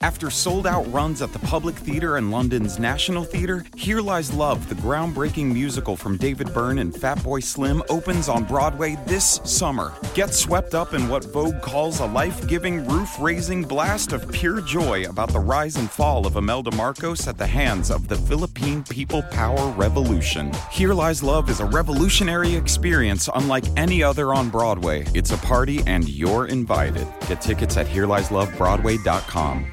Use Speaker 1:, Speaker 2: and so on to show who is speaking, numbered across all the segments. Speaker 1: After sold out runs at the Public Theatre and London's National Theatre, Here Lies Love, the groundbreaking musical from David Byrne and Fatboy Slim, opens on Broadway this summer. Get swept up in what Vogue calls a life giving, roof raising blast of pure joy about the rise and fall of Imelda Marcos at the hands of the Philippine People Power Revolution. Here Lies Love is a revolutionary experience unlike any other on Broadway. It's a party, and you're invited. Get tickets at HereLiesLoveBroadway.com.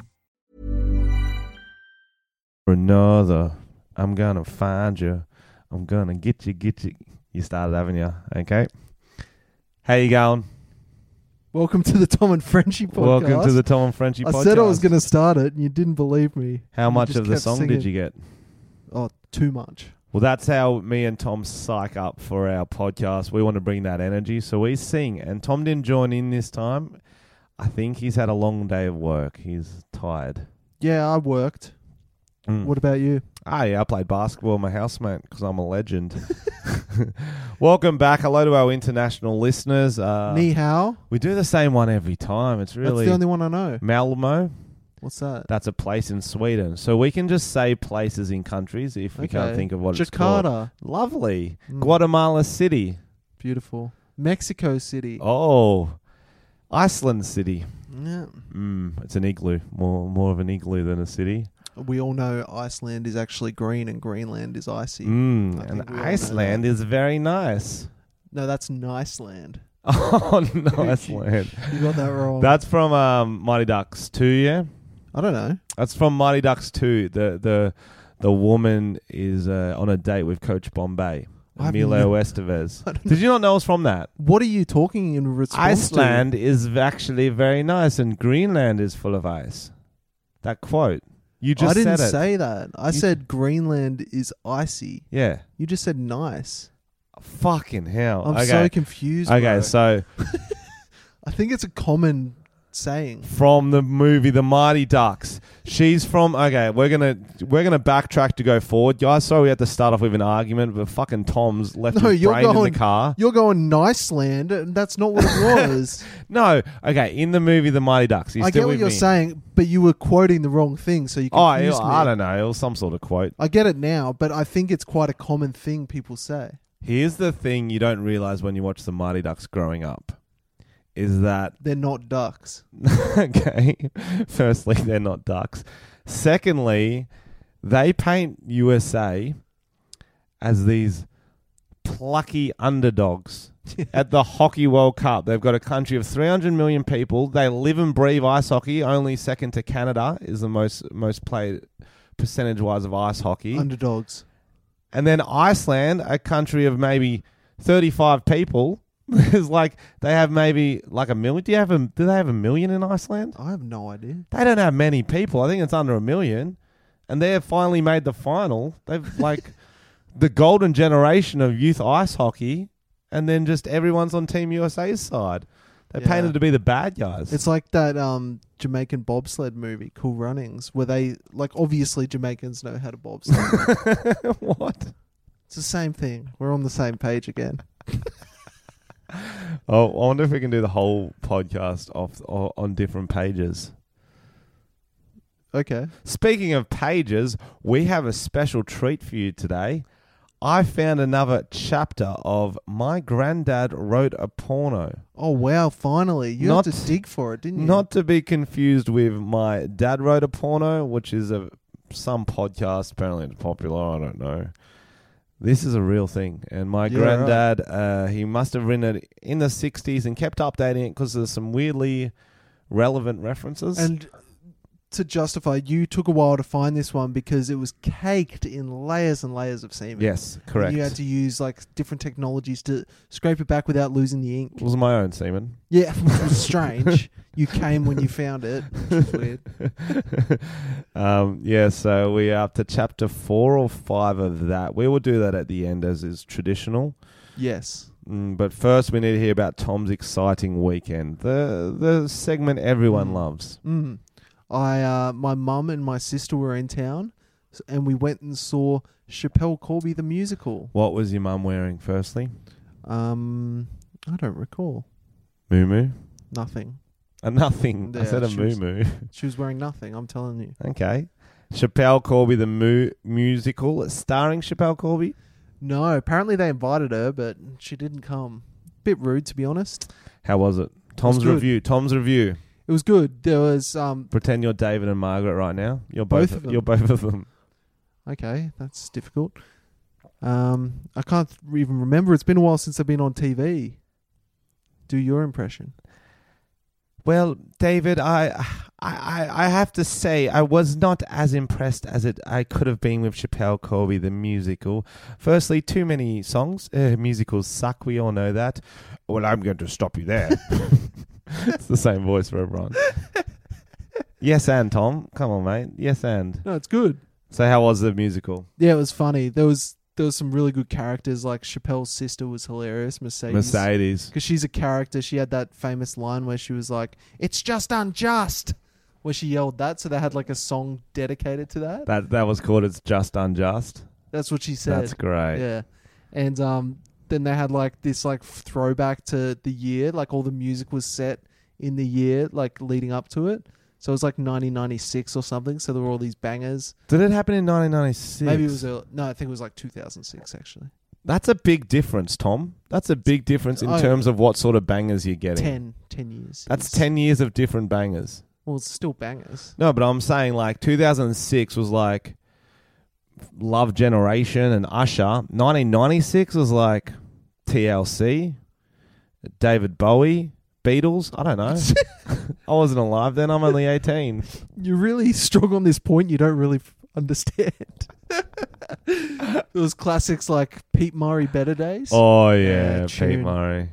Speaker 2: or another. I'm gonna find you. I'm gonna get you, get you. You started, haven't you? Okay. How you going?
Speaker 3: Welcome to the Tom and Frenchie podcast.
Speaker 2: Welcome to the Tom and Frenchie
Speaker 3: I
Speaker 2: podcast.
Speaker 3: said I was going to start it, and you didn't believe me.
Speaker 2: How
Speaker 3: You
Speaker 2: much
Speaker 3: just
Speaker 2: of the
Speaker 3: kept
Speaker 2: song
Speaker 3: singing-
Speaker 2: did you get?
Speaker 3: Oh, too much.
Speaker 2: Well, that's how me and Tom psych up for our podcast. We want to bring that energy, so we sing. And Tom didn't join in this time. I think he's had a long day of work. He's tired.
Speaker 3: Yeah, I worked.
Speaker 2: Mm.
Speaker 3: What about you?
Speaker 2: Ah, yeah, I played basketball with my housemate because I'm a legend. Welcome back. Hello to our international listeners. Uh,
Speaker 3: Ni hao.
Speaker 2: We do the same one every time. It's
Speaker 3: That's
Speaker 2: really
Speaker 3: the only one I know.
Speaker 2: Malmo.
Speaker 3: What's that?
Speaker 2: That's a place in Sweden. So we can just say places in countries if we can't
Speaker 3: Okay.
Speaker 2: think of what it's called.
Speaker 3: Jakarta.
Speaker 2: Lovely.
Speaker 3: Mm.
Speaker 2: Guatemala City.
Speaker 3: Beautiful. Mexico City.
Speaker 2: Oh. Iceland City.
Speaker 3: Yeah.
Speaker 2: Mm, it's an igloo. More more of an igloo than a city.
Speaker 3: We all know Iceland is actually green and Greenland is icy.
Speaker 2: Mm,
Speaker 3: I
Speaker 2: and
Speaker 3: think we all know
Speaker 2: Iceland
Speaker 3: that.
Speaker 2: is very nice.
Speaker 3: No, that's Niceland.
Speaker 2: Oh, nice land.
Speaker 3: You got that wrong.
Speaker 2: That's from um, Mighty Ducks 2, yeah?
Speaker 3: I don't know.
Speaker 2: That's from Mighty Ducks 2. The the the woman is uh, on a date with Coach Bombay,
Speaker 3: I've
Speaker 2: Emilio
Speaker 3: no-
Speaker 2: Estevez.
Speaker 3: I don't
Speaker 2: Did you not know it's from that?
Speaker 3: What are you talking in response
Speaker 2: Iceland is actually very nice, and Greenland is full of ice. That quote you
Speaker 3: to? I
Speaker 2: just
Speaker 3: didn't
Speaker 2: said it.
Speaker 3: say that. I
Speaker 2: You-
Speaker 3: said Greenland is icy.
Speaker 2: yeah,
Speaker 3: You just said nice.
Speaker 2: fucking hell.
Speaker 3: I'm
Speaker 2: okay,
Speaker 3: so confused.
Speaker 2: okay.
Speaker 3: bro.
Speaker 2: So
Speaker 3: I think it's a common saying.
Speaker 2: from the movie The Mighty Ducks, she's from. Okay, we're gonna we're gonna backtrack to go forward, guys. Sorry, we had to start off with an argument, but fucking Tom's left
Speaker 3: No,
Speaker 2: his
Speaker 3: you're
Speaker 2: brain
Speaker 3: going-
Speaker 2: in the car.
Speaker 3: You're going Niceland, and that's not what it was.
Speaker 2: No, okay. In the movie The Mighty Ducks, he's
Speaker 3: I
Speaker 2: still
Speaker 3: get what
Speaker 2: with
Speaker 3: you're
Speaker 2: me.
Speaker 3: saying, but you were quoting the wrong thing, so you
Speaker 2: Oh,
Speaker 3: confused
Speaker 2: I-
Speaker 3: me.
Speaker 2: I don't know. It was some sort of quote.
Speaker 3: I get it now, but I think it's quite a common thing people say.
Speaker 2: Here's the thing you don't realize when you watch The Mighty Ducks growing up is that,
Speaker 3: They're not ducks.
Speaker 2: okay, firstly, they're not ducks. Secondly, they paint USA as these plucky underdogs. At the Hockey World Cup, they've got a country of 300 million people. They live and breathe ice hockey. Only second to Canada is the most most played percentage wise of ice hockey.
Speaker 3: Underdogs.
Speaker 2: And then Iceland, a country of maybe 35 people, is like they have maybe like a million. Do you have a, do they have a million in Iceland?
Speaker 3: I have no idea.
Speaker 2: They don't have many people. I think it's under a million. And they have finally made the final. They've like the golden generation of youth ice hockey and then just everyone's on Team USA's side. They
Speaker 3: Yeah.
Speaker 2: painted to be the bad guys.
Speaker 3: It's like that um, Jamaican bobsled movie, Cool Runnings, where they like obviously Jamaicans know how to bobsled.
Speaker 2: what?
Speaker 3: it's the same thing. We're on the same page again.
Speaker 2: Oh, I wonder if we can do the whole podcast off o- on different pages.
Speaker 3: Okay.
Speaker 2: Speaking of pages, we have a special treat for you today. I found another chapter of My Granddad Wrote a Porno.
Speaker 3: Oh wow! Finally, you
Speaker 2: Not-
Speaker 3: had to dig for it, didn't you?
Speaker 2: Not to be confused with My Dad Wrote a Porno, which is a some podcast. Apparently, it's popular. I don't know. This is a real thing, and my
Speaker 3: Yeah, right.
Speaker 2: granddad, uh, he must have written it in the '60s and kept updating it because there's some weirdly relevant references.
Speaker 3: And to justify, you took a while to find this one because it was caked in layers and layers of semen.
Speaker 2: yes,
Speaker 3: And
Speaker 2: correct.
Speaker 3: you had to use like different technologies to scrape it back without losing the ink.
Speaker 2: it was my own semen.
Speaker 3: Yeah, which was strange. You came when you found it, which is weird.
Speaker 2: um, yeah, so we are up to chapter four or five of that. We will do that at the end, as is traditional.
Speaker 3: Yes.
Speaker 2: Mm, but first, we need to hear about Tom's exciting weekend, the the segment everyone loves.
Speaker 3: Mm. I uh, my mum and my sister were in town, s- and we went and saw Chappelle Corby the musical.
Speaker 2: What was your mum wearing? Firstly,
Speaker 3: Um, I don't recall
Speaker 2: moo moo.
Speaker 3: nothing.
Speaker 2: A nothing. I
Speaker 3: Yeah,
Speaker 2: said a
Speaker 3: she
Speaker 2: moo
Speaker 3: was-
Speaker 2: moo.
Speaker 3: She was wearing nothing. I'm telling you.
Speaker 2: okay. Chappelle Corby the mu- musical starring Chappelle Corby.
Speaker 3: No, apparently they invited her, but she didn't come. Bit rude, to be honest.
Speaker 2: How was it? Tom's
Speaker 3: good.
Speaker 2: review. Tom's review.
Speaker 3: It was good. There was um.
Speaker 2: Pretend you're David and Margaret right now. You're both.
Speaker 3: Both of them.
Speaker 2: You're both of them.
Speaker 3: Okay, that's difficult. Um, I can't even remember. It's been a while since I've been on TV. Do your impression.
Speaker 2: Well, David, I, I, I- I have to say, I was not as impressed as it I could have been with Chappelle Corby the musical. Firstly, too many songs. Uh, musicals suck. We all know that. Well, I'm going to stop you there. it's the same voice for everyone. yes, and Tom, come on, mate. Yes, and
Speaker 3: No, it's good.
Speaker 2: so, how was the musical?
Speaker 3: Yeah, it was funny. There was there was some really good characters. Like Chappelle's sister was hilarious, Mercedes.
Speaker 2: Mercedes.
Speaker 3: Because she's a character. She had that famous line where she was like, "It's just unjust," where she yelled that. So they had like a song dedicated to that.
Speaker 2: That that was called. It's just unjust.
Speaker 3: That's what she said.
Speaker 2: That's great.
Speaker 3: Yeah, and um, then they had like this like f- throwback to the year, like all the music was set in the year, like leading up to it. So it was like 1996 or something. So there were all these bangers.
Speaker 2: Did it happen in 1996?
Speaker 3: Maybe it was a, no, I think it was like 2006 actually.
Speaker 2: That's a big difference, Tom. That's a big difference in
Speaker 3: Oh.
Speaker 2: terms of what sort of bangers you're getting.
Speaker 3: 10, 10 years.
Speaker 2: That's
Speaker 3: It's-
Speaker 2: 10 years of different bangers.
Speaker 3: Well, it's still bangers.
Speaker 2: No, but I'm saying like 2006 was like Love Generation and Usher. 1996 was like TLC, David Bowie, Beatles. I don't know. I wasn't alive then. I'm only 18.
Speaker 3: You're really strong on this point. You don't really f- understand. There was classics like Pete Murray Better Days.
Speaker 2: Oh,
Speaker 3: Yeah,
Speaker 2: yeah. Pete
Speaker 3: tune.
Speaker 2: Murray.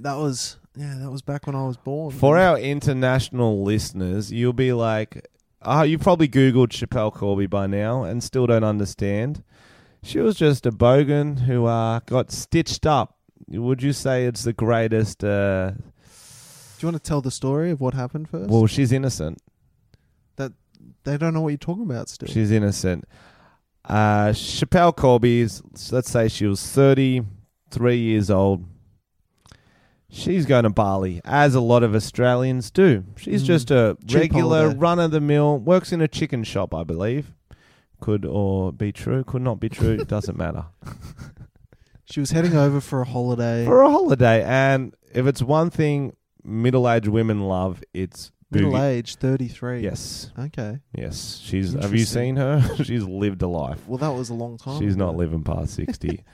Speaker 3: That was yeah, that was back when I was born.
Speaker 2: For our international listeners, you'll be like, ah, you probably Googled Chappelle Corby by now and still don't understand. She was just a bogan who uh, got stitched up. Would you say it's the greatest? Uh,
Speaker 3: Do you want to tell the story of what happened first?
Speaker 2: well, she's innocent.
Speaker 3: they don't know what you're talking about still.
Speaker 2: She's innocent. Uh, Chappelle Corby's, let's say she was 33 years old. She's going to Bali, as a lot of Australians do. She's
Speaker 3: Mm.
Speaker 2: just a
Speaker 3: Cheap
Speaker 2: regular
Speaker 3: holiday.
Speaker 2: run of the mill, works in a chicken shop, I believe. Could or be true, could not be true, doesn't matter.
Speaker 3: She was heading over for a holiday.
Speaker 2: For a holiday, and if it's one thing middle aged women love, it's
Speaker 3: middle
Speaker 2: boogie.
Speaker 3: age, 33.
Speaker 2: Yes,
Speaker 3: Okay.
Speaker 2: yes. She's. Have you
Speaker 3: Interesting.
Speaker 2: seen her? She's lived a life.
Speaker 3: Well, that was a long time.
Speaker 2: She's
Speaker 3: ago.
Speaker 2: not living past 60.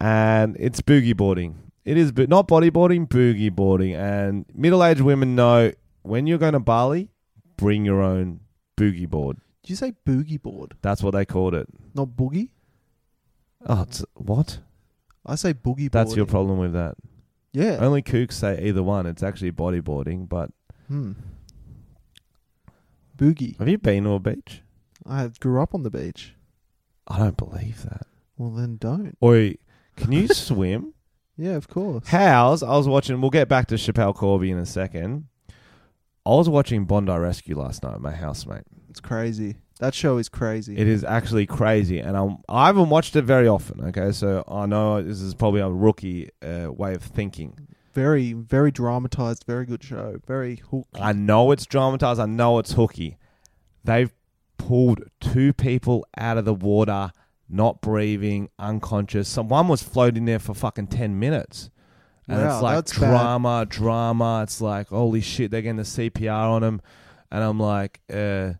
Speaker 2: and it's boogie boarding. It is bo- not bodyboarding, boogie boarding. And middle aged women know when you're going to Bali, bring your own boogie board.
Speaker 3: Did you say boogie board,
Speaker 2: That's what they called it.
Speaker 3: not boogie?
Speaker 2: Oh, it's, what?
Speaker 3: I say boogie board.
Speaker 2: That's your problem with that.
Speaker 3: Yeah.
Speaker 2: Only kooks say either one. It's actually bodyboarding. But
Speaker 3: Hmm. Boogie.
Speaker 2: have you been to a beach?
Speaker 3: I grew up on the beach.
Speaker 2: I don't believe that.
Speaker 3: Well, then don't.
Speaker 2: Or can you swim?
Speaker 3: Yeah, of course.
Speaker 2: How's I was watching. We'll get back to Chappelle Corby in a second. I was watching Bondi Rescue last night at my house, mate.
Speaker 3: It's crazy. That show is crazy.
Speaker 2: It is actually crazy, and I'm, I haven't watched it very often. Okay, so I know this is probably a rookie uh, way of thinking.
Speaker 3: Very, very dramatized. Very good show. Very hook.
Speaker 2: I know it's dramatized. I know it's hooky. They've pulled two people out of the water, not breathing, unconscious. Someone was floating there for fucking ten minutes. And
Speaker 3: Wow,
Speaker 2: it's like
Speaker 3: that's bad.
Speaker 2: drama, drama. It's like holy shit, they're getting the CPR on him, and I'm like, uh,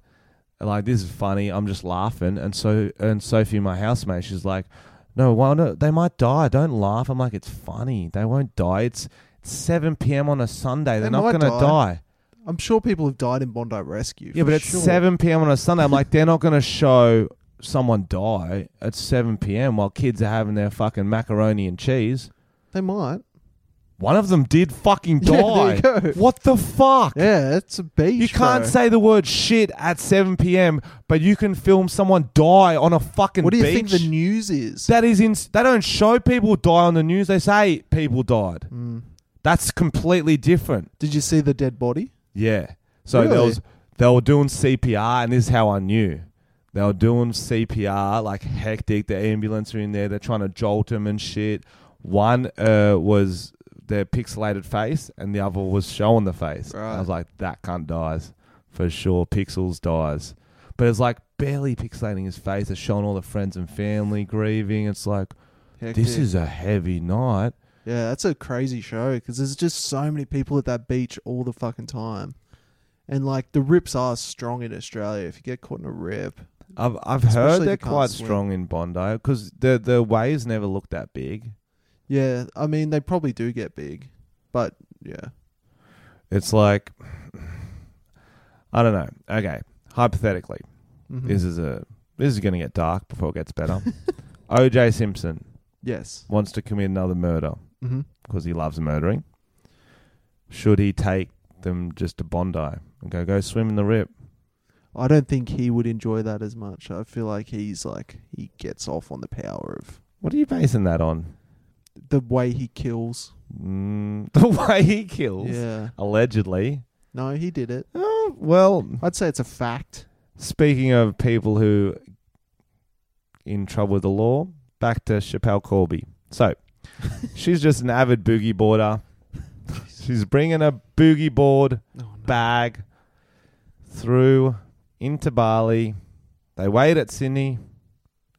Speaker 2: like this is funny. I'm just laughing, and so and Sophie, my housemate, she's like, no, why not? They might die. Don't laugh. I'm like, it's funny. They won't die. It's, it's 7 p.m. on a Sunday. They're
Speaker 3: They
Speaker 2: not
Speaker 3: might
Speaker 2: going to
Speaker 3: die.
Speaker 2: die.
Speaker 3: I'm sure people have died in Bondi Rescue.
Speaker 2: Yeah,
Speaker 3: for
Speaker 2: but it's
Speaker 3: sure.
Speaker 2: 7 p.m. on a Sunday. I'm like, they're not going to show someone die at 7 p.m. while kids are having their fucking macaroni and cheese.
Speaker 3: They might.
Speaker 2: One of them did fucking
Speaker 3: Yeah,
Speaker 2: die.
Speaker 3: there you go.
Speaker 2: What the fuck?
Speaker 3: Yeah, it's a beach.
Speaker 2: You can't
Speaker 3: bro.
Speaker 2: say the word shit at 7 p.m., but you can film someone die on a fucking
Speaker 3: What do you
Speaker 2: beach.
Speaker 3: think the news is?
Speaker 2: That is in. They don't show people die on the news. They say people died.
Speaker 3: Mm.
Speaker 2: That's completely different.
Speaker 3: Did you see the dead body?
Speaker 2: Yeah. So there
Speaker 3: Really?
Speaker 2: was they were doing CPR, and this is how I knew they were doing CPR like hectic. The ambulance are in there. They're trying to jolt him and shit. One uh, was their pixelated face, and the other was showing the face. I
Speaker 3: Right.
Speaker 2: was like, that cunt dies for sure. Pixels dies, but it's like barely pixelating his face. They're showing all the friends and family grieving. It's like this
Speaker 3: Hectic.
Speaker 2: is a heavy night.
Speaker 3: Yeah, that's a crazy show because there's just so many people at that beach all the fucking time. And like the rips are strong in Australia. If you get caught in a rip,
Speaker 2: I've I've
Speaker 3: Especially if
Speaker 2: heard
Speaker 3: you
Speaker 2: they're
Speaker 3: can't
Speaker 2: quite
Speaker 3: swim.
Speaker 2: strong in Bondi because the the waves never look that big.
Speaker 3: yeah, I mean they probably do get big, but yeah,
Speaker 2: It's like I don't know. Okay, hypothetically,
Speaker 3: Mhm.
Speaker 2: this is a this is going to get dark before it gets better. O.J. Simpson
Speaker 3: yes,
Speaker 2: wants to commit another murder
Speaker 3: hmm
Speaker 2: because he loves murdering. Should he take them just to Bondi and go go swim in the rip?
Speaker 3: I don't think he would enjoy that as much. I feel like he's like he gets off on the power of
Speaker 2: What are you basing that on?
Speaker 3: the way he kills.
Speaker 2: Mm, the way he kills,
Speaker 3: Yeah,
Speaker 2: allegedly.
Speaker 3: no, he did it.
Speaker 2: Oh, well,
Speaker 3: I'd say it's a fact.
Speaker 2: Speaking of people who in trouble with the law, back to Chappelle Corby. So she's just an avid boogie boarder. She's bringing a boogie board
Speaker 3: Oh, no.
Speaker 2: bag through into Bali. They wait at Sydney.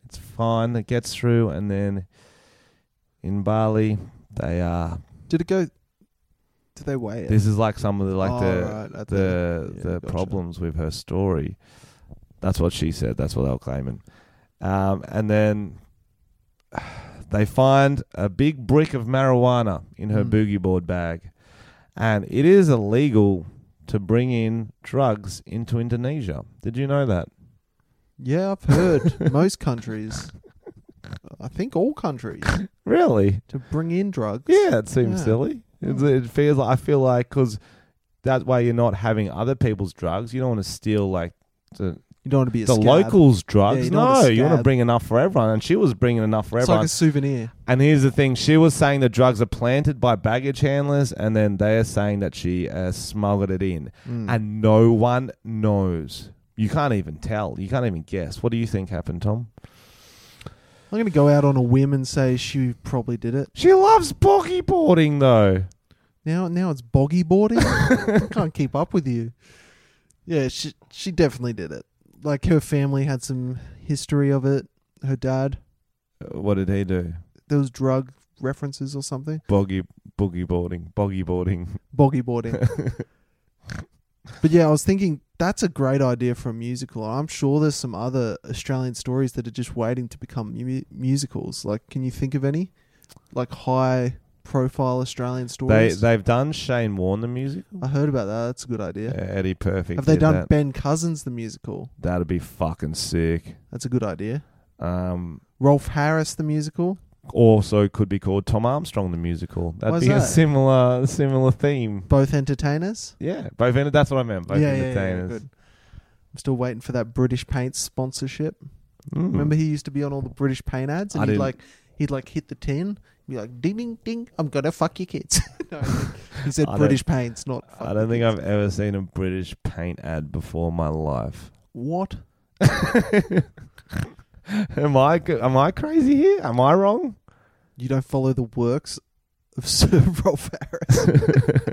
Speaker 2: It's fine. It gets through, and then in Bali, they are.
Speaker 3: Did it go? Did they weigh it?
Speaker 2: This is like some of the like
Speaker 3: Oh,
Speaker 2: the
Speaker 3: right, at
Speaker 2: the
Speaker 3: yeah,
Speaker 2: the
Speaker 3: gotcha.
Speaker 2: problems with her story. That's what she said. That's what they were claiming. Um, and then they find a big brick of marijuana in her
Speaker 3: Mm.
Speaker 2: boogie board bag, and it is illegal to bring in drugs into Indonesia. Did you know that?
Speaker 3: Yeah, I've heard most countries. I think all countries
Speaker 2: Really?
Speaker 3: to bring in drugs.
Speaker 2: Yeah, it seems
Speaker 3: Yeah. Hmm.
Speaker 2: silly. It, it feels. I feel like because that way you're not having other people's drugs. You don't want to steal like the
Speaker 3: you don't want to be a
Speaker 2: the
Speaker 3: scab.
Speaker 2: locals drugs.
Speaker 3: Yeah, you don't
Speaker 2: no,
Speaker 3: want a
Speaker 2: you want to
Speaker 3: scab.
Speaker 2: bring enough for everyone, and she was bringing enough for
Speaker 3: It's
Speaker 2: everyone.
Speaker 3: like a souvenir.
Speaker 2: and here's the thing: she was saying the drugs are planted by baggage handlers, and then they are saying that she uh, smuggled it in,
Speaker 3: Hmm.
Speaker 2: and no one knows. You can't even tell. You can't even guess. What do you think happened, Tom?
Speaker 3: I'm gonna go out on a whim and say she probably did it.
Speaker 2: She loves boogie boarding, though.
Speaker 3: Now, now it's boggy boarding. I can't keep up with you. Yeah, she she definitely did it. Like her family had some history of it. Her dad,
Speaker 2: Uh, What did he do?
Speaker 3: there was drug references or something.
Speaker 2: Boggy, boogie boarding, boggy boarding.
Speaker 3: Boggy boarding. But yeah, I was thinking that's a great idea for a musical. I'm sure there's some other Australian stories that are just waiting to become mu- musicals. Like, can you think of any? Like high profile Australian
Speaker 2: they
Speaker 3: stories.
Speaker 2: they've done Shane Warne the music.
Speaker 3: I heard about that. That's a good idea.
Speaker 2: Eddie Perfect.
Speaker 3: Have they
Speaker 2: did
Speaker 3: done
Speaker 2: That.
Speaker 3: Ben Cousins the musical?
Speaker 2: That'd be fucking sick.
Speaker 3: That's a good idea.
Speaker 2: Um,
Speaker 3: Rolf Harris the musical.
Speaker 2: also could be called Tom Armstrong the musical. That'd
Speaker 3: Why's
Speaker 2: be a
Speaker 3: that?
Speaker 2: similar similar theme.
Speaker 3: Both entertainers.
Speaker 2: Yeah, both enter- that's what I meant. Both
Speaker 3: yeah, yeah, yeah,
Speaker 2: entertainers.
Speaker 3: good. I'm still waiting for that British Paint sponsorship.
Speaker 2: Mm.
Speaker 3: Remember he used to be on all the British paint ads, and
Speaker 2: I
Speaker 3: he'd
Speaker 2: didn't-
Speaker 3: like he'd like hit the tin, be like ding ding ding, I'm gonna fuck your kids. no, he said
Speaker 2: I don't-
Speaker 3: British paints, not. Fuck
Speaker 2: I don't
Speaker 3: your
Speaker 2: think
Speaker 3: kids.
Speaker 2: I've ever seen a British paint ad before in my life.
Speaker 3: What?
Speaker 2: am I c- am I crazy here? Am I wrong?
Speaker 3: You don't follow the works of Sir Rolf Harris.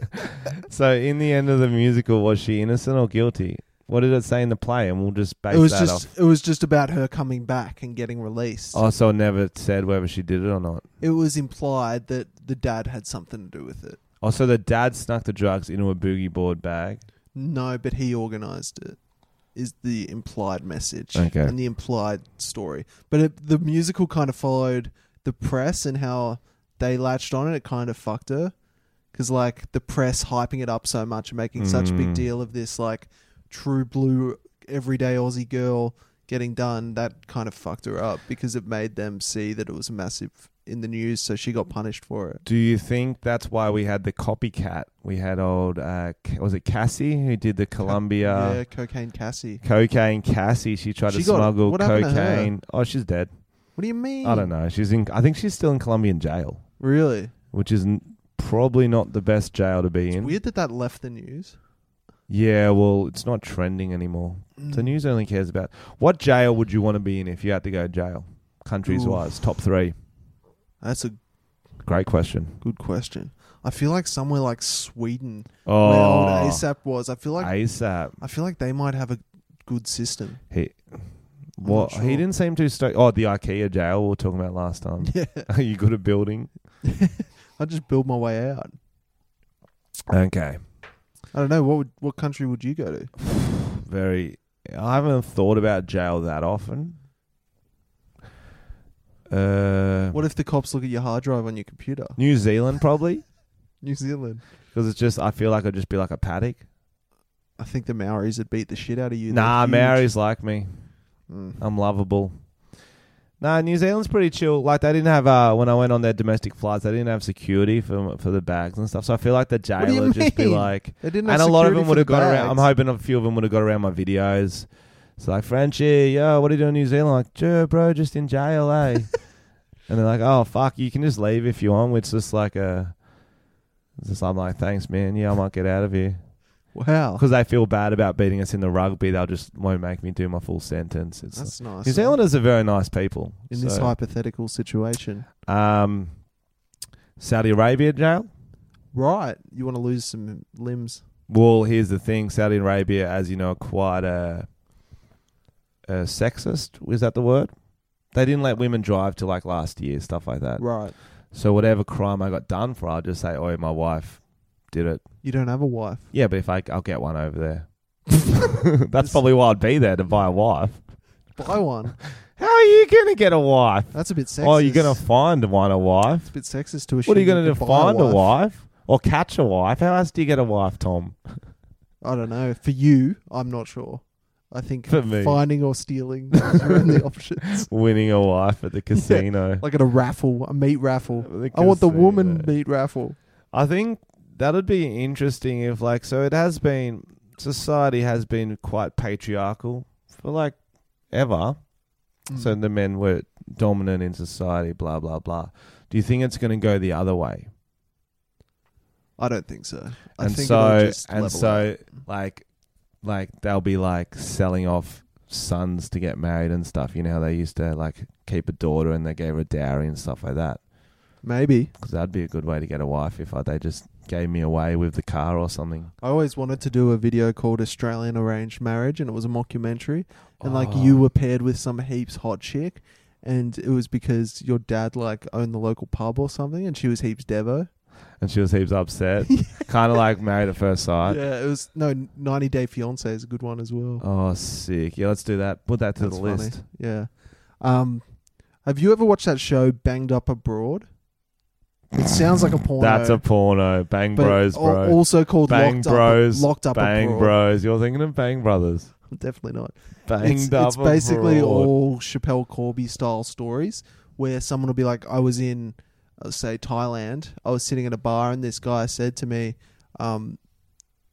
Speaker 2: So in the end of the musical, was she innocent or guilty? What did it say in the play? And we'll just base
Speaker 3: it was
Speaker 2: that
Speaker 3: just
Speaker 2: off.
Speaker 3: it was just about her coming back and getting released.
Speaker 2: Oh, so it never said whether she did it or not.
Speaker 3: It was implied that the dad had something to do with it.
Speaker 2: Oh, so the dad snuck the drugs into a boogie board bag.
Speaker 3: No, but he organized it. Is the implied message
Speaker 2: Okay.
Speaker 3: and the implied story, but it, the musical kind of followed the press and how they latched on it. It kind of fucked her because, like, the press hyping it up so much and making such a big
Speaker 2: Mm.
Speaker 3: deal of this, like, true blue everyday Aussie girl getting done, that kind of fucked her up because it made them see that it was massive in the news. So she got punished for it.
Speaker 2: Do you think that's why we had the copycat? We had old, uh, Ca- was it Cassie who did the
Speaker 3: yeah,
Speaker 2: Columbia
Speaker 3: cocaine Cassie.
Speaker 2: cocaine? Cassie, she tried to
Speaker 3: She got-
Speaker 2: smuggle
Speaker 3: what happened to her?
Speaker 2: cocaine. Oh, she's dead.
Speaker 3: What do you mean?
Speaker 2: I don't know. She's in. I think she's still in Colombian jail,
Speaker 3: Really?
Speaker 2: which is n- probably not the best jail to be in.
Speaker 3: Weird that that left the news.
Speaker 2: Yeah, well, it's not trending anymore. The
Speaker 3: Mm.
Speaker 2: news only cares about what jail would you want to be in if you had to go to jail, countries
Speaker 3: Oof.
Speaker 2: wise, top three.
Speaker 3: That's a
Speaker 2: Great question.
Speaker 3: good question. I feel like somewhere like Sweden,
Speaker 2: Oh,
Speaker 3: where old ASAP was. I feel like
Speaker 2: ASAP.
Speaker 3: I feel like they might have a good system.
Speaker 2: He, what?
Speaker 3: not sure.
Speaker 2: He didn't seem too stoked. Oh, the IKEA jail we were talking about last time.
Speaker 3: Yeah,
Speaker 2: Are you good at building?
Speaker 3: I just build my way out.
Speaker 2: Okay.
Speaker 3: I don't know what would, what country would you go to?
Speaker 2: Very. I haven't thought about jail that often. Uh,
Speaker 3: What if the cops look at your hard drive on your computer?
Speaker 2: New Zealand probably
Speaker 3: New Zealand.
Speaker 2: because it's just I feel like I'd just be like a paddock.
Speaker 3: I think the Maoris would beat the shit out of you. They're
Speaker 2: Nah,
Speaker 3: huge.
Speaker 2: Maori's like me.
Speaker 3: Mm.
Speaker 2: I'm lovable. Nah, New Zealand's pretty chill. Like they didn't have uh, when I went on their domestic flights, they didn't have security for for the bags and stuff. So I feel like the
Speaker 3: do you
Speaker 2: jailer would just be
Speaker 3: mean?
Speaker 2: like,
Speaker 3: They didn't.
Speaker 2: and
Speaker 3: Have
Speaker 2: a lot of
Speaker 3: security
Speaker 2: them
Speaker 3: for
Speaker 2: would have
Speaker 3: the
Speaker 2: got around. I'm
Speaker 3: bags.
Speaker 2: hoping a few of them would have got around my videos. It's like Frenchie, yo, what are you doing in New Zealand? Like, sure, bro, just in jail, eh? and they're like, oh fuck, you can just leave if you want. It's just like a, it's just I'm like, thanks, man. Yeah, I might get out of here
Speaker 3: Wow,
Speaker 2: because they feel bad about beating us in the rugby. They'll just won't make me do my full sentence. It's
Speaker 3: that's nice.
Speaker 2: New Zealanders are very nice people.
Speaker 3: in this
Speaker 2: So,
Speaker 3: hypothetical situation,
Speaker 2: um, Saudi Arabia jail.
Speaker 3: right? You want to lose some limbs?
Speaker 2: Well, here's the thing: Saudi Arabia, as you know, are quite a, a sexist. Is that the word? They didn't let women drive till like last year, stuff like that.
Speaker 3: Right.
Speaker 2: So whatever crime I got done for, I'll just say, "Oh, my wife did it."
Speaker 3: You don't have a wife.
Speaker 2: Yeah, but if I, I'll get one over there. That's probably why I'd be there to buy a wife.
Speaker 3: Buy one.
Speaker 2: How are you gonna get a wife?
Speaker 3: That's a bit sexist.
Speaker 2: Oh, you're gonna find one a wife.
Speaker 3: It's a bit sexist to assume.
Speaker 2: What are you going to
Speaker 3: could buy
Speaker 2: find a wife or catch a wife? How else do you get a wife, Tom?
Speaker 3: I don't know. For you, I'm not sure. I think
Speaker 2: For me.
Speaker 3: finding or stealing those are the options.
Speaker 2: Winning a wife at the casino.
Speaker 3: Like at a raffle, a meat raffle.
Speaker 2: The
Speaker 3: I want the
Speaker 2: casino.
Speaker 3: woman meat raffle.
Speaker 2: I think that would be interesting if, like, so it has been society has been quite patriarchal for like ever.
Speaker 3: Hmm.
Speaker 2: So the men were dominant in society. Blah blah blah. Do you think it's going to go the other way?
Speaker 3: I don't think so. I
Speaker 2: and
Speaker 3: think
Speaker 2: so
Speaker 3: it'll just
Speaker 2: and
Speaker 3: level out.
Speaker 2: so like like they'll be like selling off sons to get married and stuff you know how they used to like keep a daughter and they gave her a dowry and stuff like that
Speaker 3: maybe
Speaker 2: because that'd be a good way to get a wife if I, they just gave me away with the car or something
Speaker 3: I always wanted to do a video called Australian Arranged Marriage, and it was a mockumentary. And like
Speaker 2: Oh.
Speaker 3: you were paired with some heaps hot chick, and it was because your dad like owned the local pub or something, and she was heaps devo.
Speaker 2: and she was heaps upset kind of like married at first sight
Speaker 3: yeah, it was no 90 Day Fiance is a good one as well.
Speaker 2: oh sick yeah let's do that put that to
Speaker 3: That's
Speaker 2: the
Speaker 3: funny.
Speaker 2: list
Speaker 3: Yeah. Um, have you ever watched that show Banged Up Abroad? It sounds like a porno.
Speaker 2: that's a porno bang
Speaker 3: but
Speaker 2: bros
Speaker 3: al-
Speaker 2: bro
Speaker 3: Also called
Speaker 2: bang
Speaker 3: Locked
Speaker 2: bros
Speaker 3: Up. Locked Up
Speaker 2: bang
Speaker 3: Abroad.
Speaker 2: bros you're thinking of bang brothers
Speaker 3: Definitely not.
Speaker 2: banged
Speaker 3: It's,
Speaker 2: up
Speaker 3: it's basically
Speaker 2: abroad.
Speaker 3: all Chappelle Corby style stories where someone will be like, I was in, uh, say, Thailand. I was sitting at a bar and this guy said to me, um,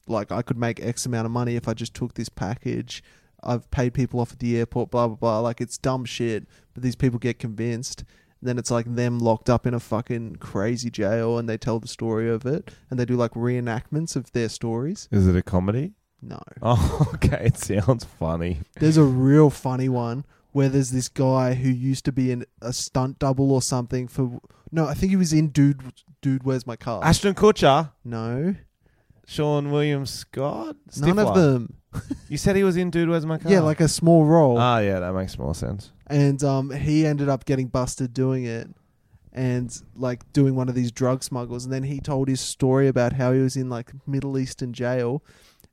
Speaker 3: like, I could make X amount of money if I just took this package. I've paid people off at the airport, blah, blah, blah. Like, it's dumb shit, but these people get convinced. And then it's like them locked up in a fucking crazy jail and they tell the story of it and they do like reenactments of their stories.
Speaker 2: Is it a comedy?
Speaker 3: No.
Speaker 2: Oh, okay. It sounds funny.
Speaker 3: There's a real funny one where there's this guy who used to be in a stunt double or something for no, I think he was in Dude. Dude, where's my car?
Speaker 2: Ashton Kutcher,
Speaker 3: no,
Speaker 2: Sean William Scott,
Speaker 3: none of
Speaker 2: Stifler.
Speaker 3: them.
Speaker 2: You said he was in Dude, Where's My Car?
Speaker 3: Yeah, like a small role,
Speaker 2: ah, yeah, that makes more sense.
Speaker 3: and um, he ended up getting busted doing it, and like doing one of these drug smugglers. And then he told his story about how he was in like Middle Eastern jail.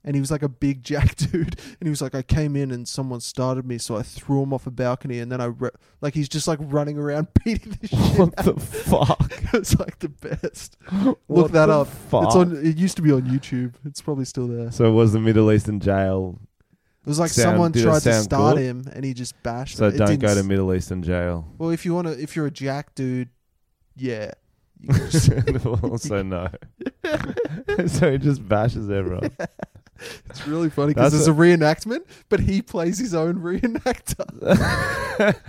Speaker 3: And he was like a big jack dude, and he was like, "I came in and someone started me, so I threw him off a balcony, and then I re-, like he's just like running around beating the shit
Speaker 2: What the fuck?
Speaker 3: it's like the best. Look
Speaker 2: What
Speaker 3: that
Speaker 2: the
Speaker 3: up.
Speaker 2: Fuck?
Speaker 3: It's on. It used to be on YouTube. It's probably still there.
Speaker 2: So it was the Middle Eastern jail
Speaker 3: It was like
Speaker 2: Sound-
Speaker 3: someone
Speaker 2: did it
Speaker 3: tried to
Speaker 2: sound
Speaker 3: start
Speaker 2: good?
Speaker 3: him and he just bashed.
Speaker 2: So
Speaker 3: it. It
Speaker 2: don't
Speaker 3: didn't
Speaker 2: go to
Speaker 3: s-
Speaker 2: Middle Eastern jail.
Speaker 3: Well, if you want to, if you're a jack dude, yeah. You can just-
Speaker 2: also no. so he just bashes everyone.
Speaker 3: it's really funny
Speaker 2: That's
Speaker 3: because there's
Speaker 2: a-
Speaker 3: a reenactment, but he plays his own reenactor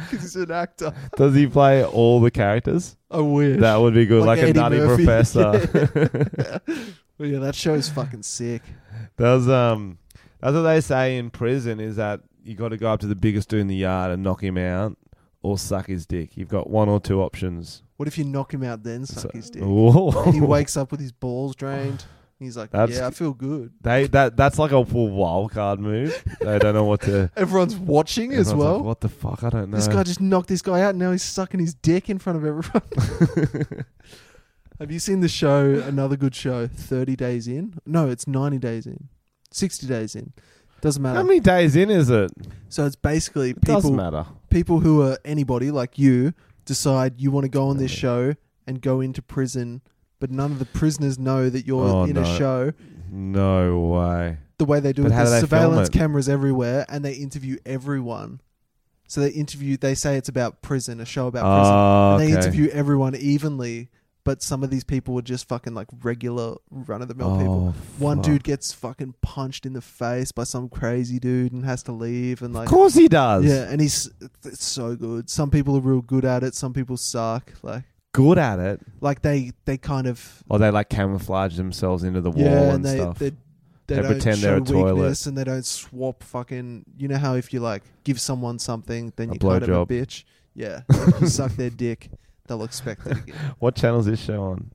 Speaker 3: because he's an actor.
Speaker 2: Does he play all the characters?
Speaker 3: I wish.
Speaker 2: That would be good, like,
Speaker 3: Like
Speaker 2: a
Speaker 3: Eddie
Speaker 2: nutty
Speaker 3: Murphy.
Speaker 2: professor.
Speaker 3: Well, yeah, that show's fucking sick.
Speaker 2: There's um, that's what they say in prison is that you got to go up to the biggest dude in the yard and knock him out, or suck his dick. You've got one or two options.
Speaker 3: What if you knock him out then suck his dick?
Speaker 2: Whoa.
Speaker 3: He wakes up with his balls drained. He's like,
Speaker 2: That's-
Speaker 3: yeah, I feel good.
Speaker 2: They that that's like a full wild card move. they don't know what to.
Speaker 3: Everyone's watching
Speaker 2: everyone's
Speaker 3: as
Speaker 2: like,
Speaker 3: well.
Speaker 2: what the fuck? I don't know.
Speaker 3: This guy just knocked this guy out. And now he's sucking his dick in front of everyone. Have you seen the show? Another good show. Thirty days in? No, it's ninety days in. Sixty days in. Doesn't matter.
Speaker 2: How many days in is it?
Speaker 3: so it's basically
Speaker 2: Doesn't
Speaker 3: people
Speaker 2: matter.
Speaker 3: people who are anybody like you decide you want to go on this show and go into prison, but none of the prisoners know that you're
Speaker 2: Oh,
Speaker 3: in
Speaker 2: no.
Speaker 3: a show.
Speaker 2: No way.
Speaker 3: the way they do
Speaker 2: But
Speaker 3: it,
Speaker 2: how do
Speaker 3: there's
Speaker 2: they film
Speaker 3: surveillance
Speaker 2: it?
Speaker 3: cameras everywhere, and they interview everyone. So they interview. They say it's about prison, a show about prison.
Speaker 2: Ah,
Speaker 3: And
Speaker 2: okay.
Speaker 3: They interview everyone evenly, but some of these people were just fucking like regular run of the mill people.
Speaker 2: Oh,
Speaker 3: One
Speaker 2: fuck.
Speaker 3: dude gets fucking punched in the face by some crazy dude and has to leave, and like
Speaker 2: Of course he does.
Speaker 3: yeah, and he's it's so good. Some people are real good at it. Some people suck. Like
Speaker 2: Good at it.
Speaker 3: like they they kind of
Speaker 2: Or they like camouflage themselves into the wall
Speaker 3: yeah,
Speaker 2: and
Speaker 3: they,
Speaker 2: stuff.
Speaker 3: They, they,
Speaker 2: They
Speaker 3: don't
Speaker 2: pretend
Speaker 3: show
Speaker 2: they're a toilet.
Speaker 3: weakness and they don't swap fucking. You know how if you like give someone something, then
Speaker 2: A
Speaker 3: you kind of a
Speaker 2: blowjob.
Speaker 3: bitch. Yeah, Like, you suck their dick, they'll expect it again.
Speaker 2: What channel is this show on?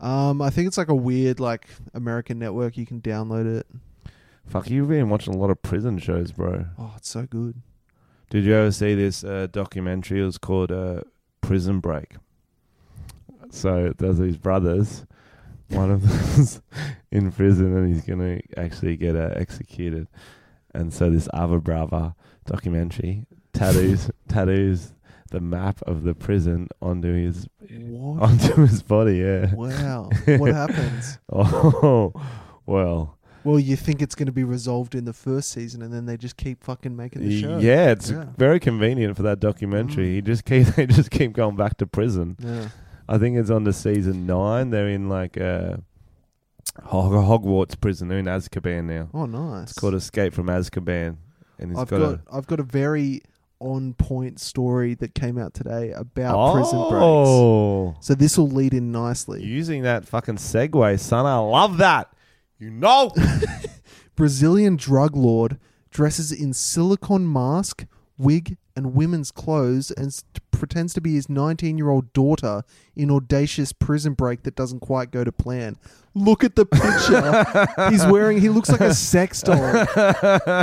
Speaker 3: Um, I think it's like a weird like American network. You can download it.
Speaker 2: Fuck, you've been watching a lot of prison shows, bro.
Speaker 3: Oh, it's so good.
Speaker 2: Did you ever see this uh, documentary? It was called uh, Prison Break. So there's these brothers. One of them's in prison and he's going to actually get uh, executed. And so this other brother documentary tattoos tattoos the map of the prison onto his
Speaker 3: What?
Speaker 2: onto his body. Yeah.
Speaker 3: wow. What happens?
Speaker 2: Oh well.
Speaker 3: Well, you think it's going to be resolved in the first season, and then they just keep fucking making the show.
Speaker 2: Yeah, it's
Speaker 3: Yeah.
Speaker 2: very convenient for that documentary.
Speaker 3: Mm.
Speaker 2: He just keep they just keep going back to prison.
Speaker 3: Yeah.
Speaker 2: I think it's on to season nine. They're in like a Hogwarts prison. They're in Azkaban now.
Speaker 3: Oh, nice.
Speaker 2: It's called Escape from Azkaban, and he's
Speaker 3: I've
Speaker 2: got,
Speaker 3: got,
Speaker 2: a
Speaker 3: I've got a very on point story that came out today about prison breaks.
Speaker 2: oh,
Speaker 3: So this will lead in nicely.
Speaker 2: using that fucking segue, son. I love that. You know,
Speaker 3: Brazilian drug lord dresses in silicone mask, wig, and women's clothes and s- pretends to be his 19 year old daughter in audacious prison break that doesn't quite go to plan. Look at the picture. He's wearing, he looks like a sex doll.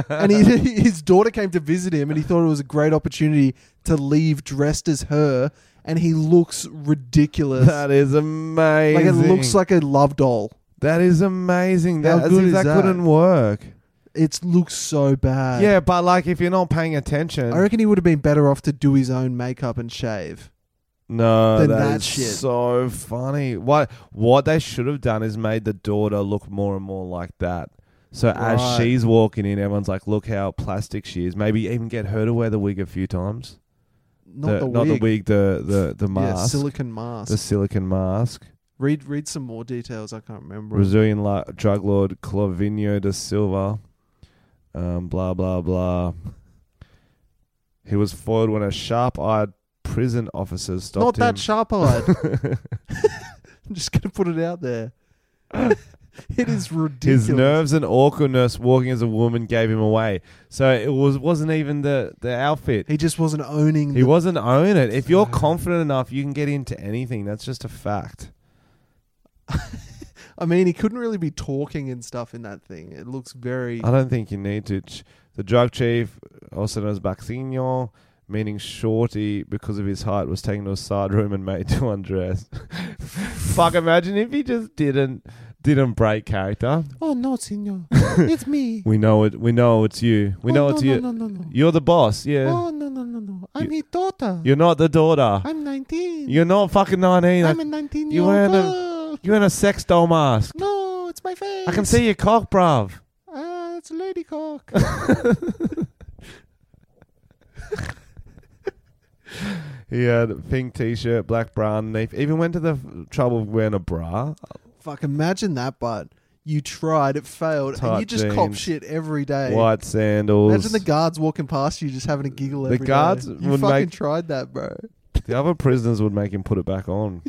Speaker 3: And he, his daughter came to visit him and he thought it was a great opportunity to leave dressed as her. And he looks ridiculous.
Speaker 2: that is amazing.
Speaker 3: like it looks like a love doll.
Speaker 2: that is amazing.
Speaker 3: How
Speaker 2: That, as
Speaker 3: good
Speaker 2: if
Speaker 3: is
Speaker 2: that,
Speaker 3: that?
Speaker 2: couldn't work.
Speaker 3: It looks so bad.
Speaker 2: Yeah, but like if you're not paying attention,
Speaker 3: I reckon he would have been better off to do his own makeup and shave.
Speaker 2: no,
Speaker 3: Then
Speaker 2: that
Speaker 3: that
Speaker 2: is
Speaker 3: shit.
Speaker 2: so funny. What what they should have done is made the daughter look more and more like that. So as
Speaker 3: Right.
Speaker 2: she's walking in, everyone's like, "Look how plastic she is." Maybe even get her to wear the wig a few times.
Speaker 3: Not the, wig.
Speaker 2: not the wig, the the the mask,
Speaker 3: Yeah, silicon mask.
Speaker 2: the silicon mask.
Speaker 3: read read some more details. I can't remember.
Speaker 2: Brazilian la- drug lord Clovinho da Silva. Um, blah blah blah. He was foiled when a sharp-eyed prison officer stopped
Speaker 3: Not
Speaker 2: him.
Speaker 3: that sharp eyed. I'm just gonna put it out there. it is ridiculous.
Speaker 2: His nerves and awkwardness walking as a woman gave him away. So it was wasn't even the the outfit.
Speaker 3: He just wasn't owning.
Speaker 2: He
Speaker 3: the-
Speaker 2: wasn't own it. If you're confident enough, you can get into anything. That's just a fact.
Speaker 3: I mean, he couldn't really be talking and stuff in that thing. It looks very.
Speaker 2: I don't think you need to. Ch- The drug chief, also known as Baxinho, meaning shorty because of his height, was taken to a side room and made to undress. Fuck! Imagine if he just didn't didn't break character.
Speaker 3: oh no, senor, it's me.
Speaker 2: We know it. We know it's you. We
Speaker 3: Oh,
Speaker 2: know
Speaker 3: no,
Speaker 2: it's
Speaker 3: no,
Speaker 2: you.
Speaker 3: No, no, no.
Speaker 2: You're the boss. Yeah.
Speaker 3: Oh no, no, no, no. I'm
Speaker 2: You-
Speaker 3: his daughter.
Speaker 2: You're not the daughter.
Speaker 3: I'm 19.
Speaker 2: You're not fucking 19.
Speaker 3: I'm
Speaker 2: I-
Speaker 3: a 19 year
Speaker 2: you
Speaker 3: old
Speaker 2: wearing a-
Speaker 3: girl.
Speaker 2: you're in a sex doll mask.
Speaker 3: No, it's my face.
Speaker 2: I can see your cock, bruv.
Speaker 3: Ah, it's a lady. lady cock.
Speaker 2: He had a pink t-shirt, black bra underneath. Even went to the f- trouble of wearing a bra.
Speaker 3: Fuck, imagine that, but you tried, it failed, and
Speaker 2: Tight
Speaker 3: you just cop
Speaker 2: jeans.
Speaker 3: shit every day.
Speaker 2: White sandals.
Speaker 3: Imagine the guards walking past you just having a giggle
Speaker 2: The
Speaker 3: every day.
Speaker 2: guards
Speaker 3: You
Speaker 2: would
Speaker 3: fucking
Speaker 2: make-
Speaker 3: tried that, bro.
Speaker 2: The other prisoners would make him put it back on.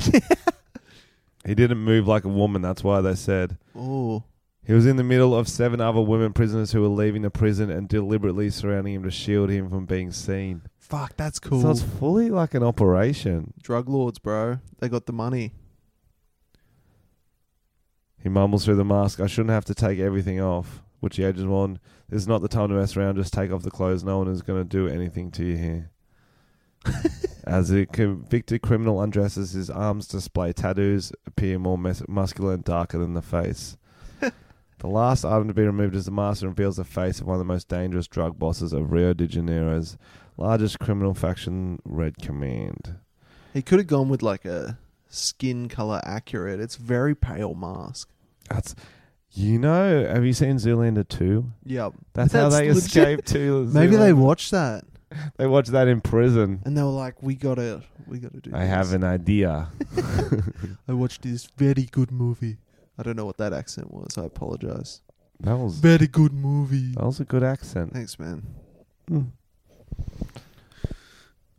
Speaker 2: he didn't move like a woman. That's why they said
Speaker 3: Oh.
Speaker 2: he was in the middle of seven other women prisoners who were leaving the prison and deliberately surrounding him to shield him from being seen.
Speaker 3: Fuck, that's cool.
Speaker 2: So it's fully like an operation.
Speaker 3: Drug lords, bro. They got the money.
Speaker 2: He mumbles through the mask, I shouldn't have to take everything off, which he edges on. This is not the time to mess around, just take off the clothes. No one is going to do anything to you here. As a convicted criminal undresses, his arms display tattoos, appear more mes- muscular and darker than the face. the last item to be removed is the mask and reveals the face of one of the most dangerous drug bosses of Rio de Janeiro's largest criminal faction, Red Command.
Speaker 3: He could have gone with like a skin color accurate. It's very pale mask.
Speaker 2: That's. You know, have you seen Zoolander 2?
Speaker 3: Yep.
Speaker 2: That's, how
Speaker 3: That's
Speaker 2: they
Speaker 3: legit.
Speaker 2: escape to
Speaker 3: Maybe they
Speaker 2: Zoolander.
Speaker 3: watched that
Speaker 2: They watched that in prison.
Speaker 3: and they were like, "We gotta, we gotta do."
Speaker 2: I
Speaker 3: this.
Speaker 2: have an idea.
Speaker 3: I watched this very good movie. I don't know what that accent was. I apologize.
Speaker 2: That was that
Speaker 3: Very good movie.
Speaker 2: was a good accent.
Speaker 3: Thanks, man.